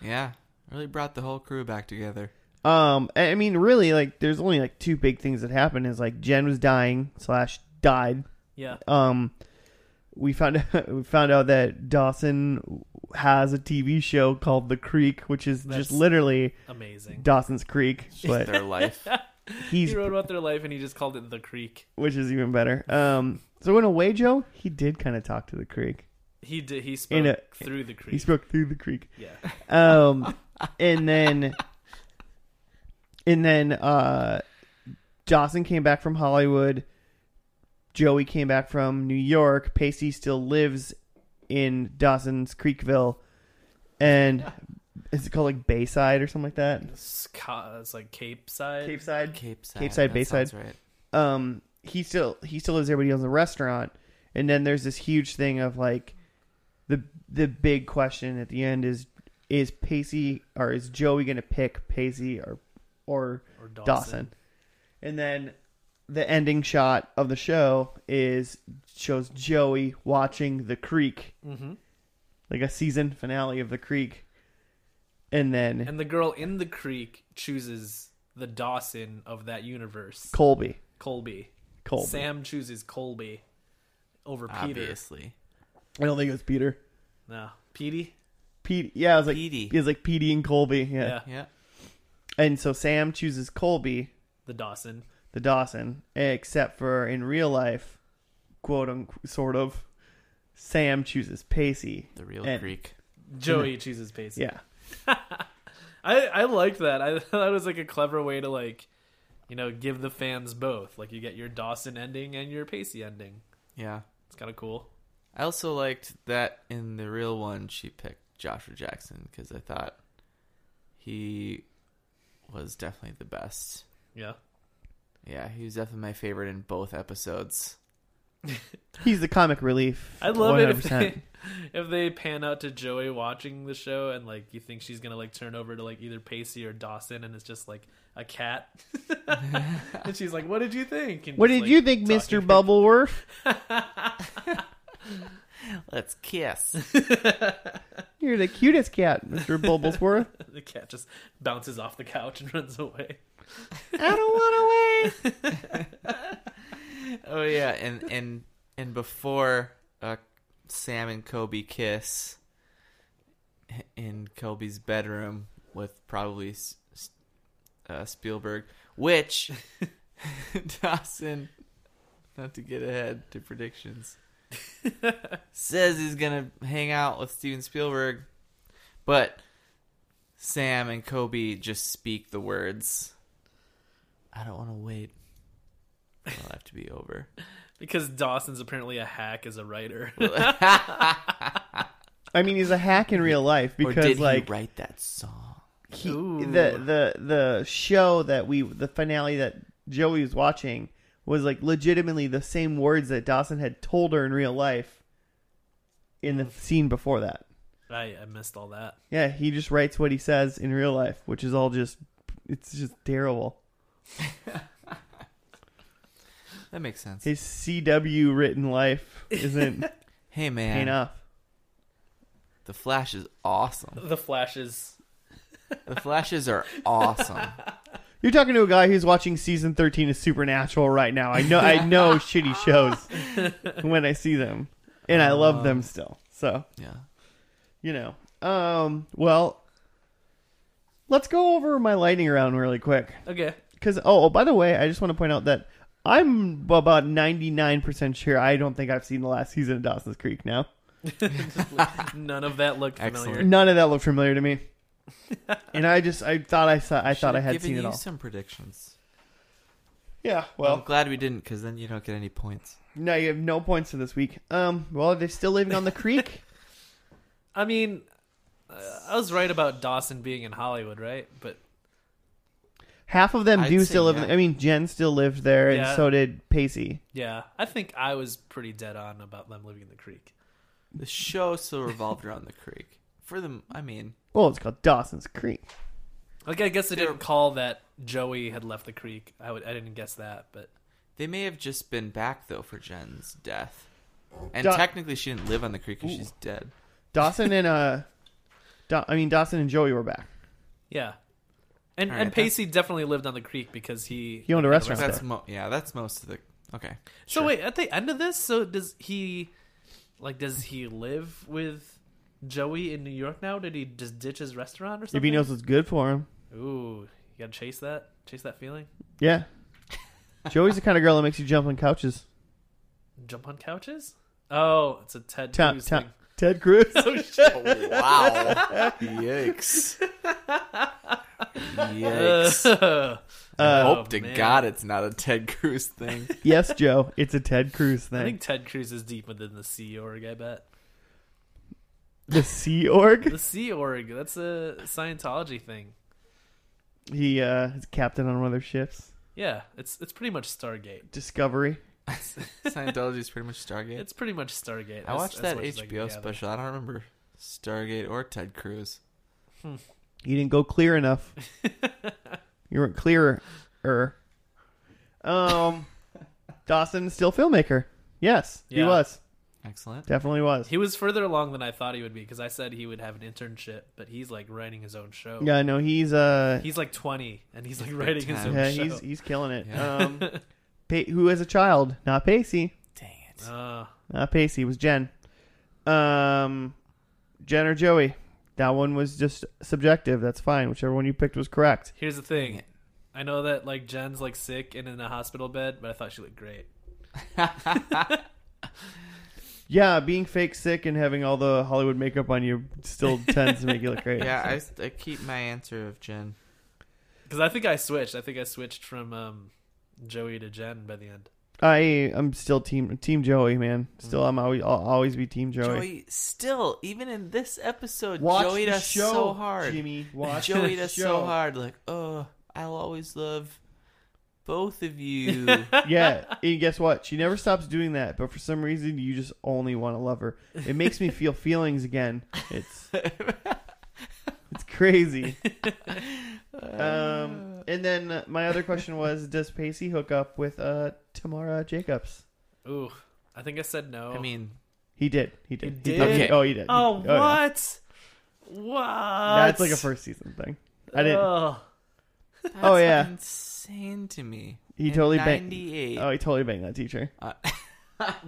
Yeah, really brought the whole crew back together.
Um, I I mean, really, like, there's only like two big things that happened. Is like Jen was dying slash died.
Yeah.
Um, we found we found out that Dawson has a TV show called The Creek, which is
That's-
just literally
Amazing.
Dawson's Creek, but
Their life.
he's
He wrote about their life and he just called it the creek.
which is even better. Um, so in a way, Joe, he did kind of talk to the creek.
He did. He spoke
In a-
through the creek.
He spoke through the creek.
yeah.
um and then and then uh Dawson came back from Hollywood Joey came back from New York Pacey still lives in Dawson's Creekville and is it called like Bayside or something like that
It's, ca- it's like Cape Side.
Cape Side
Cape Side.
Cape Side,
that
Bayside.
sounds Right.
um he still he still lives there but he owns a restaurant and then there's this huge thing of like the the big question at the end is is Pacey or is Joey gonna pick Pacey or or
or Dawson.
Dawson. And then the ending shot of the show is shows Joey watching the creek,
Mm-hmm.
like a season finale of the creek. And then
And the girl in the creek chooses the Dawson of that universe,
Colby.
Colby.
Colby.
Sam chooses Colby over Peter.
Obviously.
I don't think it was Peter.
No, Petey.
Pete yeah, I was like
Petey.
He was like Petey and Colby. Yeah.
Yeah.
Yeah.
And so Sam chooses Colby,
the Dawson.
the Dawson, except for in real life, quote unquote sort of Sam chooses Pacey.
The real
And-
Greek.
Joey chooses Pacey.
Yeah.
I I liked that. I thought it was like a clever way to like, you know, give the fans both. Like you get your Dawson ending and your Pacey ending.
Yeah.
It's kind of cool.
I also liked that in the real one she picked Joshua Jackson because I thought he was definitely the best.
Yeah.
Yeah, he was definitely my favorite in both episodes.
He's the comic relief.
I love it if
100%.
they, if they pan out to Joey watching the show and like you think she's gonna like turn over to like either Pacey or Dawson and it's just like a cat. and she's like, "What did you think?" And
What
he's,
did
like,
you think,
talking.
Mr. Bubbleworth?
Let's kiss.
You You're the cutest cat, Mr. Bubblesworth.
the cat just bounces off the couch and runs away.
I don't want to wait.
Oh yeah, and and and before uh, Sam and Kobe kiss in Kobe's bedroom with probably S- S- uh, Spielberg, which Dawson, not to get ahead to predictions, says he's gonna hang out with Steven Spielberg, but Sam and Kobe just speak the words. I don't want to wait. It'll have to be over.
Because Dawson's apparently a hack as a writer.
I mean, he's a hack in real life because,
or did
like,
he write that song?
he,
Ooh.
the the the show that we the finale that Joey was watching was like legitimately the same words that Dawson had told her in real life in the scene before that.
I, I missed all that.
Yeah, he just writes what he says in real life, which is all just it's just terrible.
That makes sense. Hey,
His CW written life isn't
man,
enough.
the Flash is awesome.
The flashes.
The Flashes are awesome.
You're talking to a guy who's watching season 13 of Supernatural right now. I know I know shitty shows when I see them, and I love them still. So
Yeah,
you know. Um, well, let's go over my lightning round really quick.
Okay.
Because oh, oh, by the way, I just want to point out that I'm about 99% sure I don't think I've seen the last season of Dawson's Creek. Now,
Just like- none of that looked familiar.
Excellent.
none of that looked familiar to me, and I just I thought I saw I thought I
Should've
had
given
seen it
you
all.
Some predictions.
Yeah,
Well, I'm
well,
glad we didn't, because then you don't get any points.
no, you have no points for this week. Um, well, are they still living on the creek?
I mean, uh, I was right about Dawson being in Hollywood, right? But
Half of them
I'd
do
say
still live. in
yeah.
the, I mean, Jen still lived there, and
Yeah.
so did Pacey.
yeah, I think I was pretty dead on about them living in the creek.
The show still revolved around the creek. For them, I mean,
Well, it's called Dawson's Creek.
Like I guess I
They're-
didn't call that Joey had left the creek. I would I didn't guess that, but
they may have just been back though for Jen's death, and
Da-
technically she didn't live on the creek because
Ooh.
she's dead.
Dawson and uh, Da- I mean Dawson and Joey were back.
yeah. And
All right,
and Pacey definitely lived on the creek because he
He owned a restaurant.
That's
there.
mo- yeah, that's most of the. Okay,
So
Sure.
wait, at the end of this, so does he like does he live with Joey in New York now? Did he just ditch his restaurant or
If
something?
he knows what's good for him,
Ooh, you gotta chase that, chase that feeling.
yeah. Joey's the kind of girl that makes you jump on couches.
Jump on couches. Oh, it's a Ted
Ta-
Cruz
ta-
thing.
Ted Cruz.
Oh shit!
Wow. Yikes. Yikes.
Uh,
Uh,
Hope to
man.
God it's not a Ted Cruz thing.
yes, Joe. It's a Ted Cruz
I
thing.
think Ted Cruz is deeper than the Sea Org. I bet
The Sea Org.
the Sea Org. That's a Scientology thing.
He uh, is captain on one of their ships.
Yeah, it's it's pretty much Stargate.
Discovery.
Scientology is pretty much Stargate.
It's pretty much Stargate.
I
as-
watched
as
that
much as I can
HBO
gather.
special. I don't remember Stargate or Ted Cruz.
You didn't go clear enough. you weren't clearer. Um, Dawson is still filmmaker. Yes, he
Yeah.
was.
Excellent.
Definitely was.
He was further along than I thought he would be because I said he would have an internship, but he's like writing his own show.
Yeah, no, he's uh,
He's like 20 and he's like writing his
time.
own
yeah,
show.
he's he's killing it.
Yeah.
Um, pa- who is a child? Not Pacey.
Dang it.
Ah,
Not Pacey. It was Jen. Um, Jen or Joey. That one was just subjective. That's fine. Whichever one you picked was correct.
here's the
Dang
thing.
it.
I know that like Jen's like sick and in a hospital bed, but I thought she looked great.
Yeah, being fake sick and having all the Hollywood makeup on you still tends to make you look great.
Yeah, I, s- I keep my answer of Jen.
Because I think I switched. I think I switched from um, Joey to Jen by the end.
I am still team team Joey, man. Still, I'm always I'll always be team Joey.
Joey, still, even in this episode,
Watch
Joey
the
does
show,
so hard.
Jimmy. Watch
Joey
the
does
show.
so hard. Like, oh, I'll always love both of you.
yeah, and guess what? She never stops doing that, but for some reason, you just only want to love her. It makes me feel feelings again. It's it's crazy.
Uh,
Um, and then my other question was, does Pacey hook up with uh Tamara Jacobs?
Ooh,
Oh.
I think I said no.
I mean,
He did. He did.
He did?
Oh, he did.
oh,
yeah.
what? Wow.
That's like a first season thing. I didn't.
Oh.
That's
Oh, yeah.
insane to me.
He
In
totally banged-
ninety-eight.
Oh, he totally banged that teacher.
uh,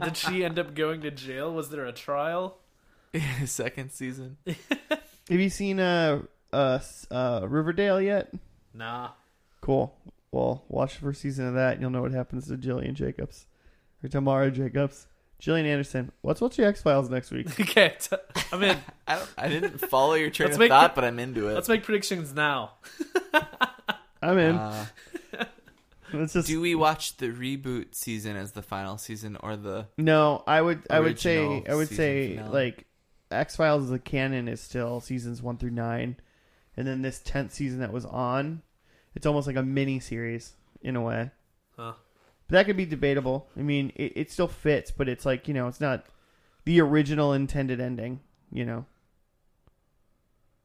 Did she end up going to jail? Was there a trial?
second season.
Have you seen uh, uh, s- uh, Riverdale yet?
Nah.
Cool. Well, watch the first season of that, and you'll know what happens to Jillian Jacobs or Tamara Jacobs. Jillian Anderson. Let's watch the X Files next week.
Okay, t- I'm in.
I don't. I didn't follow your train
Let's
of
make
thought, but I'm into it.
Let's make predictions now.
I'm in.
Uh,
Let's just
do we watch the reboot season as the final season or the?
no. I would. I would say.
Original
I would
season
say
finale.
like X Files as a canon is still seasons one through nine, and then this tenth season that was on, it's almost like a mini series in a way.
Huh.
But that could be debatable. I mean, it, it still fits, but it's like you know, it's not the original intended ending. You know,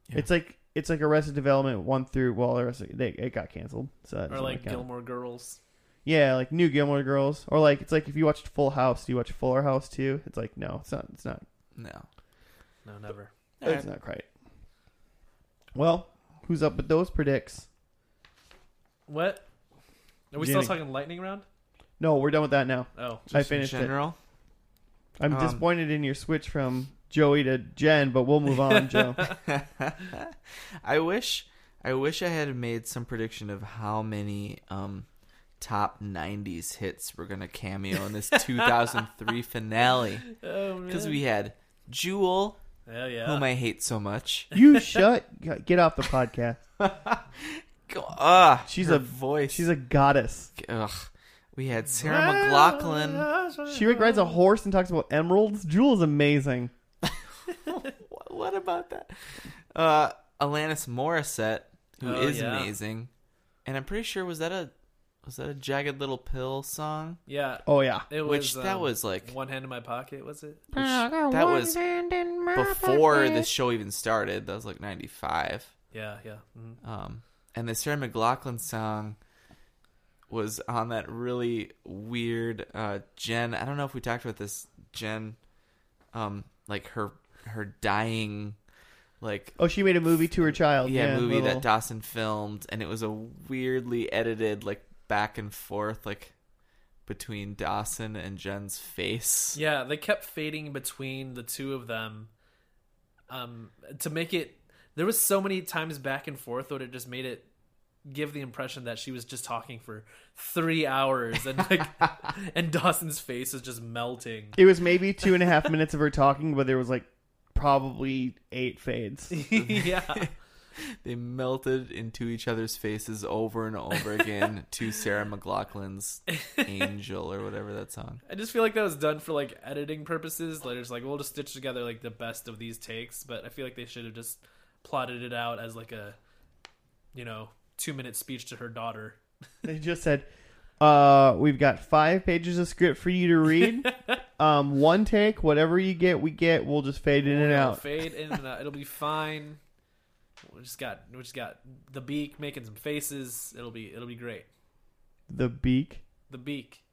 Yeah.
it's like it's like Arrested Development one through well, Arrested, they, it got canceled, so that
Or
doesn't
like
really count.
Gilmore Girls.
yeah, like New Gilmore Girls, or like it's like if you watched Full House, do you watch Fuller House too? It's like no, it's not, it's not,
No.
No, never.
it's not right. Well, who's up with those predicts?
What? Are we
Jenny.
still talking lightning round?
No, we're done with that now.
Oh,
I
Just in
finished it.
general.
I'm
Um,
disappointed in your switch from Joey to Jen, but we'll move on, Joe.
I wish. I wish I had made some prediction of how many um, top '90s hits were going to cameo in this 2003 finale
oh man.
because we had Jewel,
Hell yeah.
whom I hate so much.
You shut. Get off the podcast.
Go, ah,
She's
her
a-
voice.
She's a goddess.
Ugh. We had Sarah McLaughlin.
She rides a horse and talks about emeralds. Jewel is amazing.
Wha- what about that? Uh, Alanis Morissette, who is
Oh, yeah.
amazing, and I'm pretty sure was that a was that a Jagged Little Pill song?
Yeah.
Oh yeah.
It was,
Which that
um,
was like
one hand in my pocket. Was it?
which- that was before the show even started. That was like '95.
Yeah, yeah. Mhm.
Um, and the Sarah McLaughlin song was on that really weird uh, Jen. I don't know if we talked about this Jen, um, like her her dying, like
Oh, she made a movie to her child.
yeah, movie
little-
that Dawson filmed, and it was a weirdly edited like back and forth like between Dawson and Jen's face.
Yeah, they kept fading between the two of them. Um, to make it, there was so many times back and forth that it just made it give the impression that she was just talking for three hours, and like, and Dawson's face is just melting.
It was maybe two and a half minutes of her talking, but there was like probably eight fades.
yeah,
They melted into each other's faces over and over again to Sarah McLaughlin's Angel or whatever that song.
I just feel like that was done for like editing purposes. Like, it's like we'll just stitch together like the best of these takes, but I feel like they should have just plotted it out as like a, you know, two minute speech to her daughter.
They just said, uh, "We've got five pages of script for you to read. um, one take, whatever you get, we get. We'll just fade in and
It'll
out."
Fade in and out. It'll be fine. We just got we just got the beak making some faces. It'll be it'll be great.
The beak.
The beak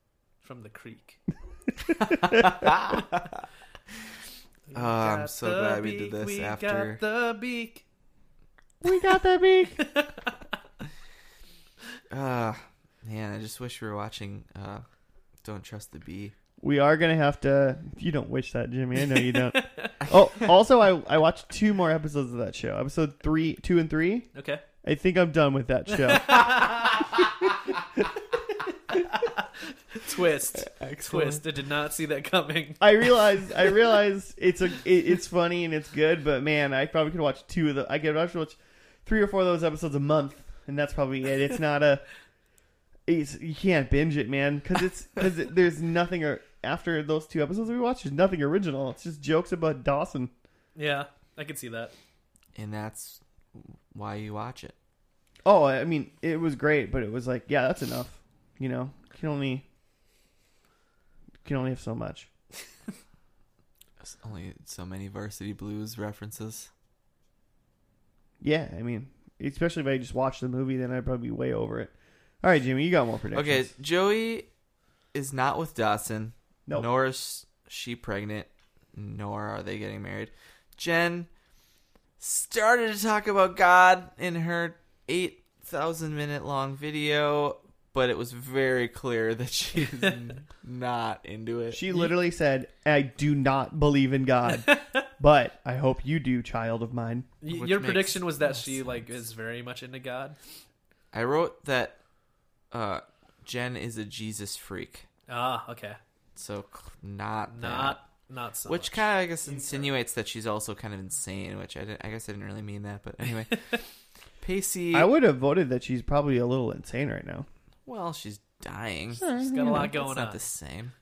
from the creek.
Oh, I'm so
the
glad we
beak,
did this
we
after.
Got the beak.
We got the beak.
Ah, man, I just wish we were watching uh, Don't Trust the Bee.
We are gonna have to. You don't wish that, Jimmy. I know you don't. oh, also, I I watched two more episodes of that show. Episode three, two, and three.
Okay.
I think I'm done with that show.
Twist. Twist. I did not see that coming.
I realized I realized it's a it, it's funny and it's good, but man, I probably could watch two of the. I could actually watch three or four of those episodes a month, and that's probably it. It's not a. It's, you can't binge it, man, because it's because it, there's nothing or after those two episodes that we watched, there's nothing original. It's just jokes about Dawson.
Yeah, I could see that.
And that's why you watch it.
Oh, I mean, it was great, but it was like, yeah, that's enough. You know, can only can only have so much.
There's only so many Varsity Blues references.
Yeah, I mean, especially if I just watch the movie, then I'd probably be way over it. All right, Jimmy, you got more predictions.
Okay, Joey is not with Dawson.
Nope.
Nor is she pregnant. Nor are they getting married. Jen started to talk about God in her 8,000 minute long video, but it was very clear that she's not into it.
She literally said, "I do not believe in God, but I hope you do, child of mine."
Y-
Which
Your
makes
prediction was that
no
she like is very much into God.
I wrote that uh, Jen is a Jesus freak.
Ah, okay,
So cl- not that.
not not so. much.
which kind of I guess insinuates that she's also kind of insane, which I didn't, I guess I didn't really mean that, but anyway. Pacey,
I would have voted that she's probably a little insane right now.
well, she's dying.
she's got a lot
That's
going
not
on.
the same.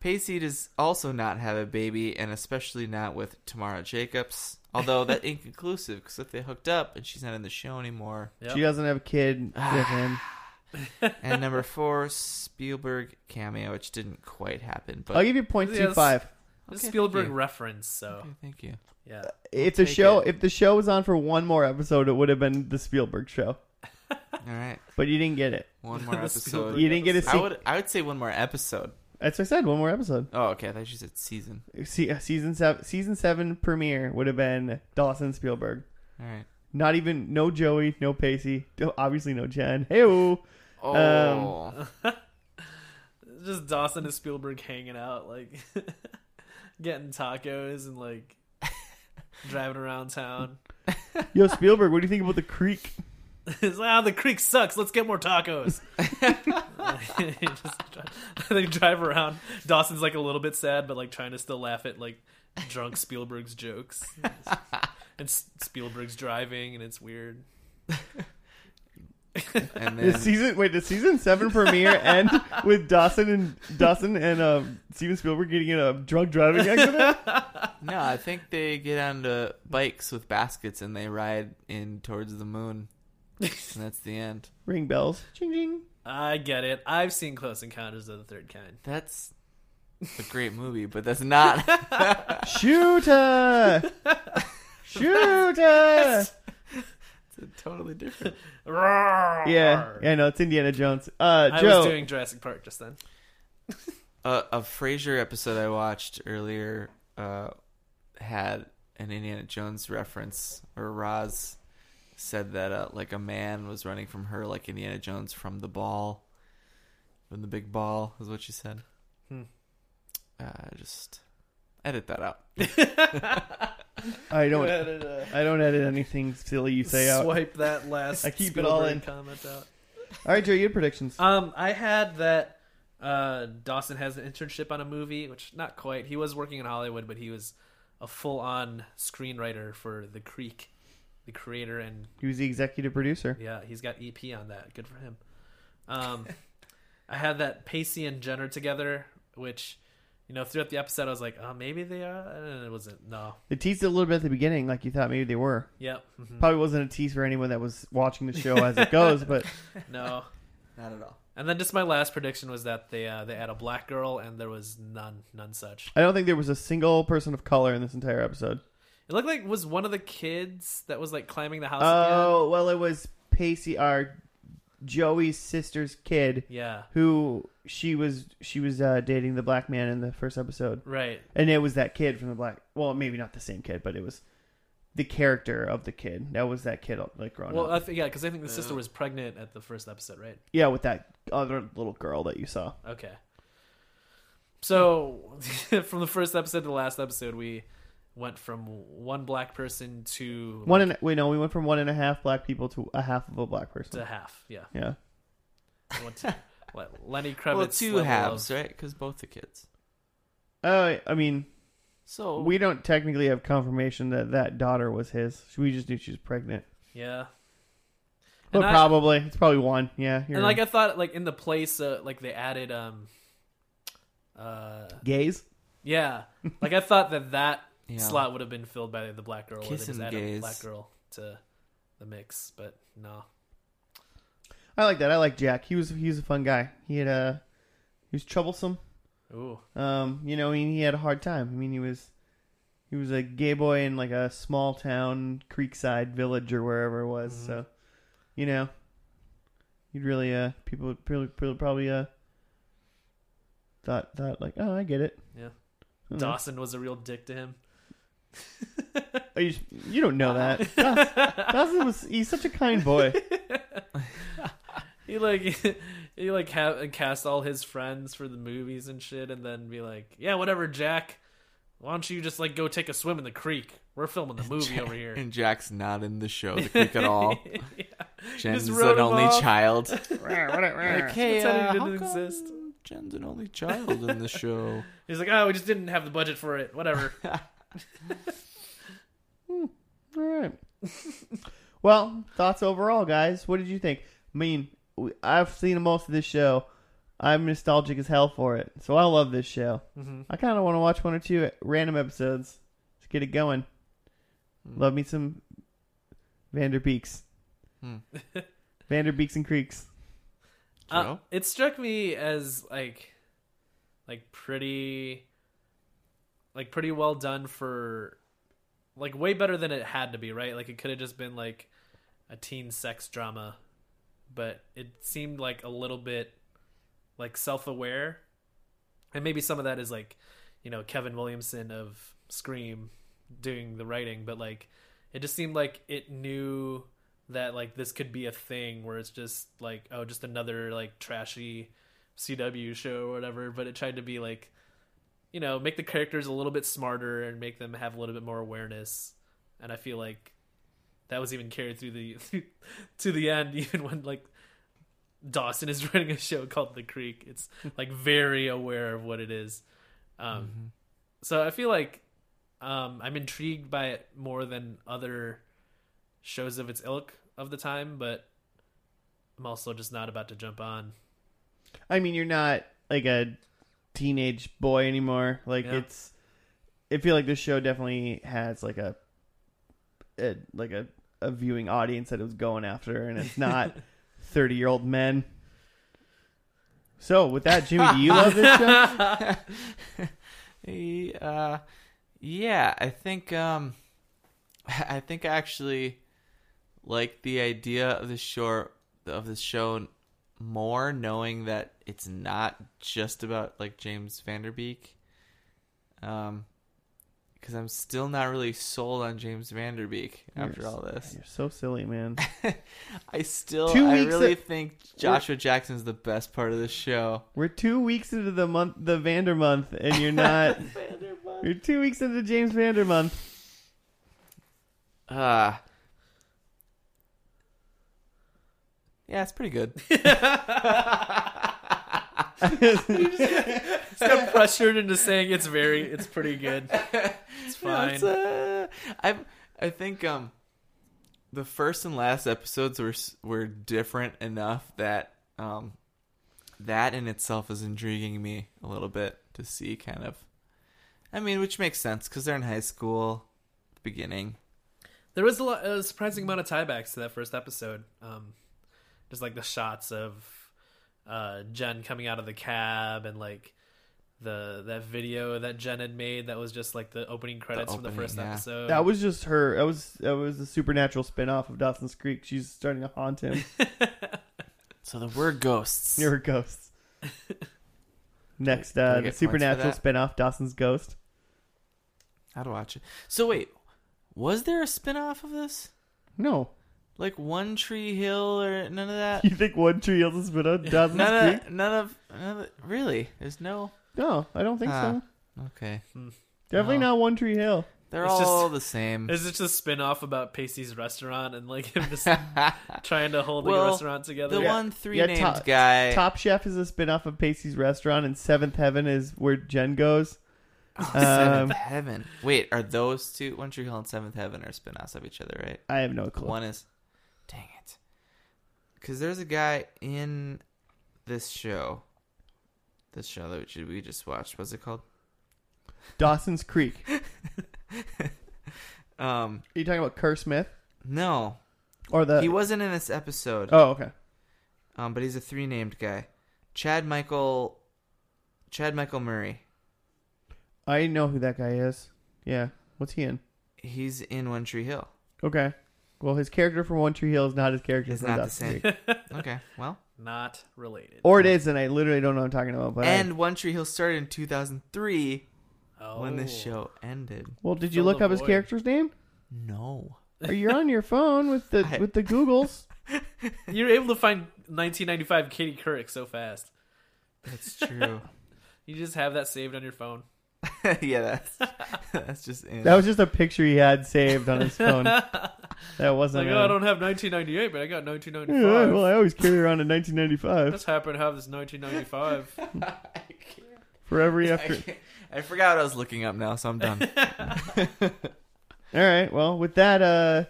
Pacey does also not have a baby, and especially not with Tamara Jacobs. Although that inconclusive, because if they hooked up and she's not in the show anymore.
Yep.
She doesn't have a kid with him.
And number four, Spielberg cameo, which didn't quite happen, but
I'll give you point
Yes.
two five.
It's a
Okay,
Spielberg
thank you.
reference, so
Okay, thank you.
yeah.
If the
take
show,
it.
if the show was on for one more episode, it would have been the Spielberg show.
All right,
But you didn't get it.
one more
The
episode.
Spielberg
You didn't get a
I
se-
would I would say one more episode.
That's what I said. One more episode.
Oh, okay. I thought you said season.
Se- uh, season seven. Season seven premiere would have been Dawson Spielberg.
All right.
Not even no Joey, no Pacey, no- obviously no Jen. Hey,
Um,
Oh,
Just Dawson and Spielberg hanging out, like getting tacos and like driving around town.
yo Spielberg, what do you think about the creek?
It's like, ah, the creek sucks. Let's get more tacos. Just dri- they drive around. Dawson's like a little bit sad, but like trying to still laugh at like drunk Spielberg's jokes. and S- Spielberg's driving, and it's weird.
and
The
then
season wait, the season seven premiere end with Dawson and Dawson and um, Steven Spielberg getting in a drunk driving accident.
no, I think they get onto bikes with baskets and they ride in towards the moon, and that's the end.
Ring bells, ching ching.
I get it. I've seen Close Encounters of the Third Kind.
That's a great movie, but that's not.
Shooter, shooter.
it's totally different.
Yeah, yeah, no, it's Indiana Jones. Uh,
I
Joe,
was doing Jurassic Park just then.
Uh, a Frasier episode I watched earlier uh, had an Indiana Jones reference where Roz said that uh, like a man was running from her like Indiana Jones from the ball, from the big ball is what she said.
Hmm.
Uh, just edit that out.
I don't,
Edit, uh,
I don't edit anything silly you say out.
Swipe that last.
I keep it all
Spielberg
in.
Comment out.
All right, Joe, you had predictions.
Um, I had that uh, Dawson has an internship on a movie, which not quite. He was working in Hollywood, but he was a full-on screenwriter for The Creek, the creator, and
He was the executive producer.
yeah, he's got EP on that. Good for him. Um, I had that Pacey and Jenner together, which you know throughout the episode I was like, oh, maybe they are. And it wasn't. No.
They teased it a little bit at the beginning, like you thought maybe they were.
Yep. mhm,
Probably wasn't a tease for anyone that was watching the show as it goes, but
No.
Not at all.
And then just my last prediction was that they uh, they had a black girl and there was none none such.
I don't think there was a single person of color in this entire episode.
It looked like was one of the kids that was like climbing the house.
Oh, well, it was Pacey, our Joey's sister's kid,
again. yeah,
who she was she was uh, dating the black man in the first episode,
right.
and it was that kid from the black. Well, maybe not the same kid, but it was the character of the kid. That was that kid like growing
Well,
up.
I th- yeah, because I think the sister was pregnant at the first episode, right?
yeah, with that other little girl that you saw.
Okay. So, from the first episode to the last episode, we went from one black person to
One and wait, no, we went from one and a half black people to a half of a black person.
to half. Yeah,
Yeah,
We went to, what, Lenny Kravitz.
Well, two
level
halves,
of-
right? Because both the kids.
uh, I mean,
Oh.
So
we don't technically have confirmation that that daughter was his. We just knew she was pregnant.
Yeah.
But
And I-
probably it's probably one. Yeah, you're
and
right.
like I thought, like in the place, uh, like they added, um, uh,
gays.
yeah, like I thought that that
Yeah.
slot would have been filled by the black girl. or they
Kiss
just
and
added a
gaze.
black girl to the mix, but no.
I like that. I like Jack. He was he was a fun guy. He had a he was troublesome.
Ooh,
Um, you know, I mean, he had a hard time. I mean, he was he was a gay boy in like a small town, creekside village or wherever it was.
Mhm.
So, you know, you'd really uh people would probably, probably- probably uh thought thought like, oh, I get it.
Yeah.
Mm-hmm.
Mm.
Dawson was a real dick to him.
Are Oh, you, you don't know that. Dawson, Dawson was he's such a kind boy.
He like he like ha- cast all his friends for the movies and shit, and then be like, "Yeah, whatever, Jack. Why don't you just like go take a swim in the creek? We're filming the movie over here."
And Jack's not in the show to creek at all.
Yeah.
Jen's
Just
an
wrote him
only
off.
child.
Like,
hey,
pretending
uh,
it
how
didn't
come
exist.
Jen's an only child in the show.
He's like, "Oh, we just didn't have the budget for it. Whatever."
All right. well, thoughts overall, guys. What did you think? I mean, we- I've seen most of this show. I'm nostalgic as hell for it, so I love this show.
Mm-hmm.
I kind of want to watch one or two random episodes to get it going. Love me some Vanderbeeks,
Hmm.
Vanderbeeks and Creeks.
Uh,
Joe?
it struck me as like like pretty like pretty well done for like way better than it had to be right like it could have just been like a teen sex drama but it seemed like a little bit like self-aware and maybe some of that is like you know kevin williamson of scream doing the writing but like it just seemed like it knew that like this could be a thing where it's just like oh just another like trashy cw show or whatever but it tried to be like you know make the characters a little bit smarter and make them have a little bit more awareness and i feel like that was even carried through the to the end even when like dawson is running a show called the creek it's like very aware of what it is um so i feel like um i'm intrigued by it more than other shows of its ilk of the time, but I'm also just not about to jump on.
I mean, you're not like a teenage boy anymore. Like
Yeah.
it's, I feel like this show definitely has like a, a like a, a viewing audience that it was going after, and it's not thirty year old men. So with that, Jimmy, do you love this show?
Eh, uh, yeah, I think um, I think I actually like the idea of the short of the show more, knowing that it's not just about like James Vanderbeek. Um, because I'm still not really sold on James Vanderbeek after
You're-
all this.
You're so silly, man.
I still,
Two
I
weeks
really
of-
think Joshua Jackson's the best part of the show.
We're two weeks into the month, the Vander month, and you're not. You're two weeks into James Vander month.
Uh Yeah, it's pretty good.
Just got pressured into saying it's very, it's pretty good. It's fine.
It's, uh, I I think um the first and last episodes were s- were different enough that um that in itself is intriguing me a little bit to see kind of I mean, which makes sense cuz they're in high school beginning.
there was a, lot, a surprising amount of tiebacks to that first episode. Um, just like the shots of uh, Jen coming out of the cab and like the that video that Jen had made that was just like the opening credits from
opening,
the first
yeah.
episode.
That was just her. That was that was a supernatural spin off of Dawson's Creek. She's starting to haunt him.
So there were ghosts.
You're a ghost. Next,
Do I
uh,
get
the
points for
supernatural
that?
spinoff, Dawson's Ghost.
I'd watch it. So wait, was there a spin-off of this?
No,
Like One Tree Hill or none of that?
you think One Tree Hill is a spinoff? of Dawson's
none
Creek?
of none of none of really. There's no
No, I don't think
Ah,
so.
okay.
Definitely
no.
not One Tree Hill.
They're
It's
all the same.
Is it just a spin off about Pacey's restaurant and like him just trying to hold
Well,
the restaurant together?
The
Yeah.
one three
Yeah,
named
Top-
guy.
Top Chef is a spinoff of Pacey's Restaurant, and Seventh Heaven is where Jen goes. Um,
Seventh Heaven. Wait, are those two One Tree Hill and Seventh Heaven are spin-offs of each other, right?
I have no clue.
One is Dang it. Cuz there's a guy in this show. This show that we- we just watched. What's it called?
Dawson's Creek. Are
Um
you talking about Kerr Smith
no.
or the?
he wasn't in this episode,
oh, okay.
um, but he's a three named guy. Chad Michael, Chad Michael Murray.
I know who that guy is. Yeah, what's he in?
He's in One Tree Hill.
Okay. Well, his character from One Tree Hill is not his character
It's
from
not the
Dawson's
same.
Creek.
Okay, well,
Not related.
Or it is, and I literally don't know what I'm talking about. But I-
and One Tree Hill started in 2003,
Oh.
when this show ended.
Well, did you
Fill
look
the
up his
void.
character's name?
No.
Or you're on your phone with the
I-
with the Googles?
You're able to find 1995 Katie Couric so fast.
That's true.
You just have that saved on your phone.
yeah, that's that's just in.
That was just a picture he had saved on his phone. that wasn't.
Like,
a-
oh, I don't have 1998, but I got
Yeah,
1995.
well, I always carry around a 1995
Just happen to have this 1995.
I, can't-
for every
I
after.
can't- I forgot what I was looking up now, so I'm done.
All right. Well, with that,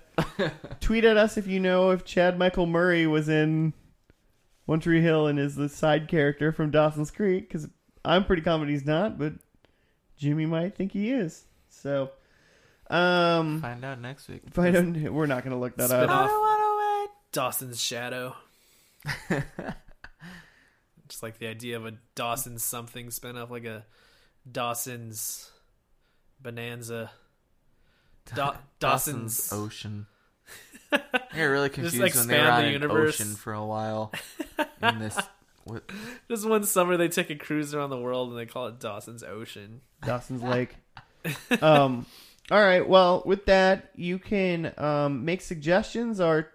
uh, tweet at us if you know if Chad Michael Murray was in One Tree Hill and is the side character from Dawson's Creek, because I'm pretty confident he's not, but Jimmy might think he is. So, um,
Find out next week.
if I don't, we're not going to look that
Spin
up.
off.
I
Dawson's Shadow.
don't wanna wait.
Just like the idea of a Dawson something spin off, like a Dawson's Bonanza. Da- Dawson's.
Ocean. I got really confused when they were
expand
on
the
an
universe.
ocean for a while. In this, what,
Just one summer they took a cruise around the world and they call it Dawson's Ocean.
Dawson's Lake. um, all right. Well, with that, you can um, make suggestions or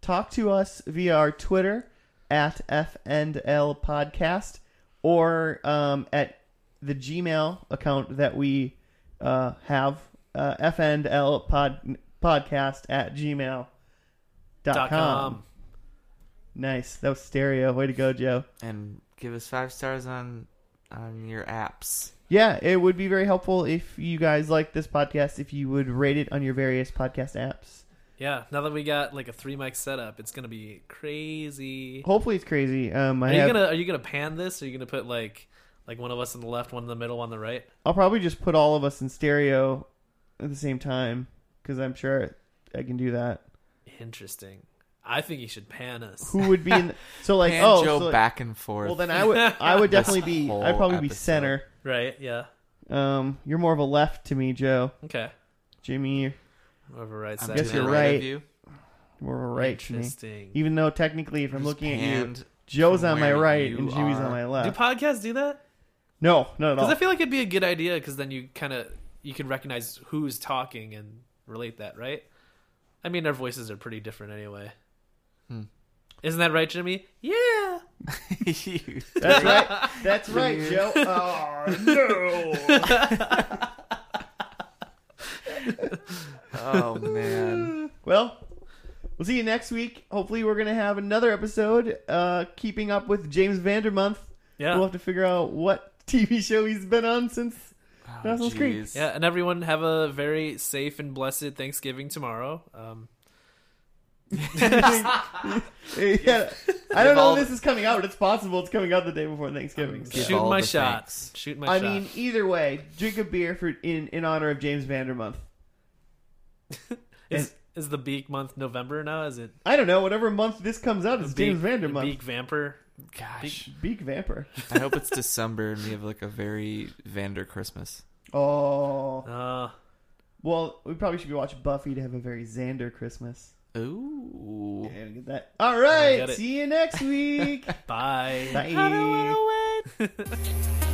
talk to us via our Twitter at FNL Podcast or um, at the Gmail account that we uh, have uh, FNL pod, Podcast at Gmail dot
Dot
com. Nice. That was stereo. Way to go, Joe.
and give us five stars on on your apps.
Yeah, it would be very helpful if you guys like this podcast if you would rate it on your various podcast apps.
Yeah, now that we got like a three mic setup, it's gonna be crazy.
Hopefully, it's crazy. Um, I
Are you
have-
gonna are you gonna pan this? Or are you gonna put like like one of us on the left, one in the middle, one on the right?
I'll probably just put all of us in stereo at the same time because I'm sure I can do that.
Interesting. I think you should pan us.
Who would be in? so like,
Hand
oh,
Joe
so like-
back and forth.
well then I would I would
This
definitely be
whole
I'd probably be
episode.
center.
Right? Yeah.
Um, you're more of a left to me, Joe.
Okay.
Jimmy, you're
Over right
I'm
side.
guess
to the
you're
of
right.
you.
more of a right to me.
Interesting.
Even though technically, if I'm
Just
looking at you,
panned.
Joe's
from
on my
where
right
you
and Jimmy's
are.
on my
Do
left.
podcasts do that?
No, not at all.
Because I feel like it'd be a good idea because then you kind of you could recognize who's talking and relate that, right? I mean, our voices are pretty different anyway.
Hmm.
Isn't that right, Jimmy? Yeah.
You-
That's right. That's right, Joe. Oh, no.
oh man.
Well, we'll see you next week. Hopefully, we're going to have another episode uh, keeping up with James Vandermonth.
Yeah.
We'll have to figure out what TV show he's been on since.
Oh,
Dawson's Creek.
jeez.
Yeah, and everyone have a very safe and blessed Thanksgiving tomorrow. Um,
yeah. I don't know
all-
if this is coming out, but it's possible it's coming out the day before Thanksgiving. so-
Give
shoot
all
my
the
shot.
thanks.
Shoot my
I
shot.
mean, either way, drink a beer for in, in honor of James Vandermonth.
is, is the beak month November now? Is it
I don't know. Whatever month this comes out, it's James
beak,
Vandermonth.
beak vamper?
Gosh.
Beak Vamper.
I hope it's December and we have like a very Vander Christmas.
Oh.
Uh,
Well, we probably should be watching Buffy to have a very Xander Christmas.
Ooh.
Yeah, we get that. All
I
right.
get it.
See you next week.
bye.
Bye.
wanna wait.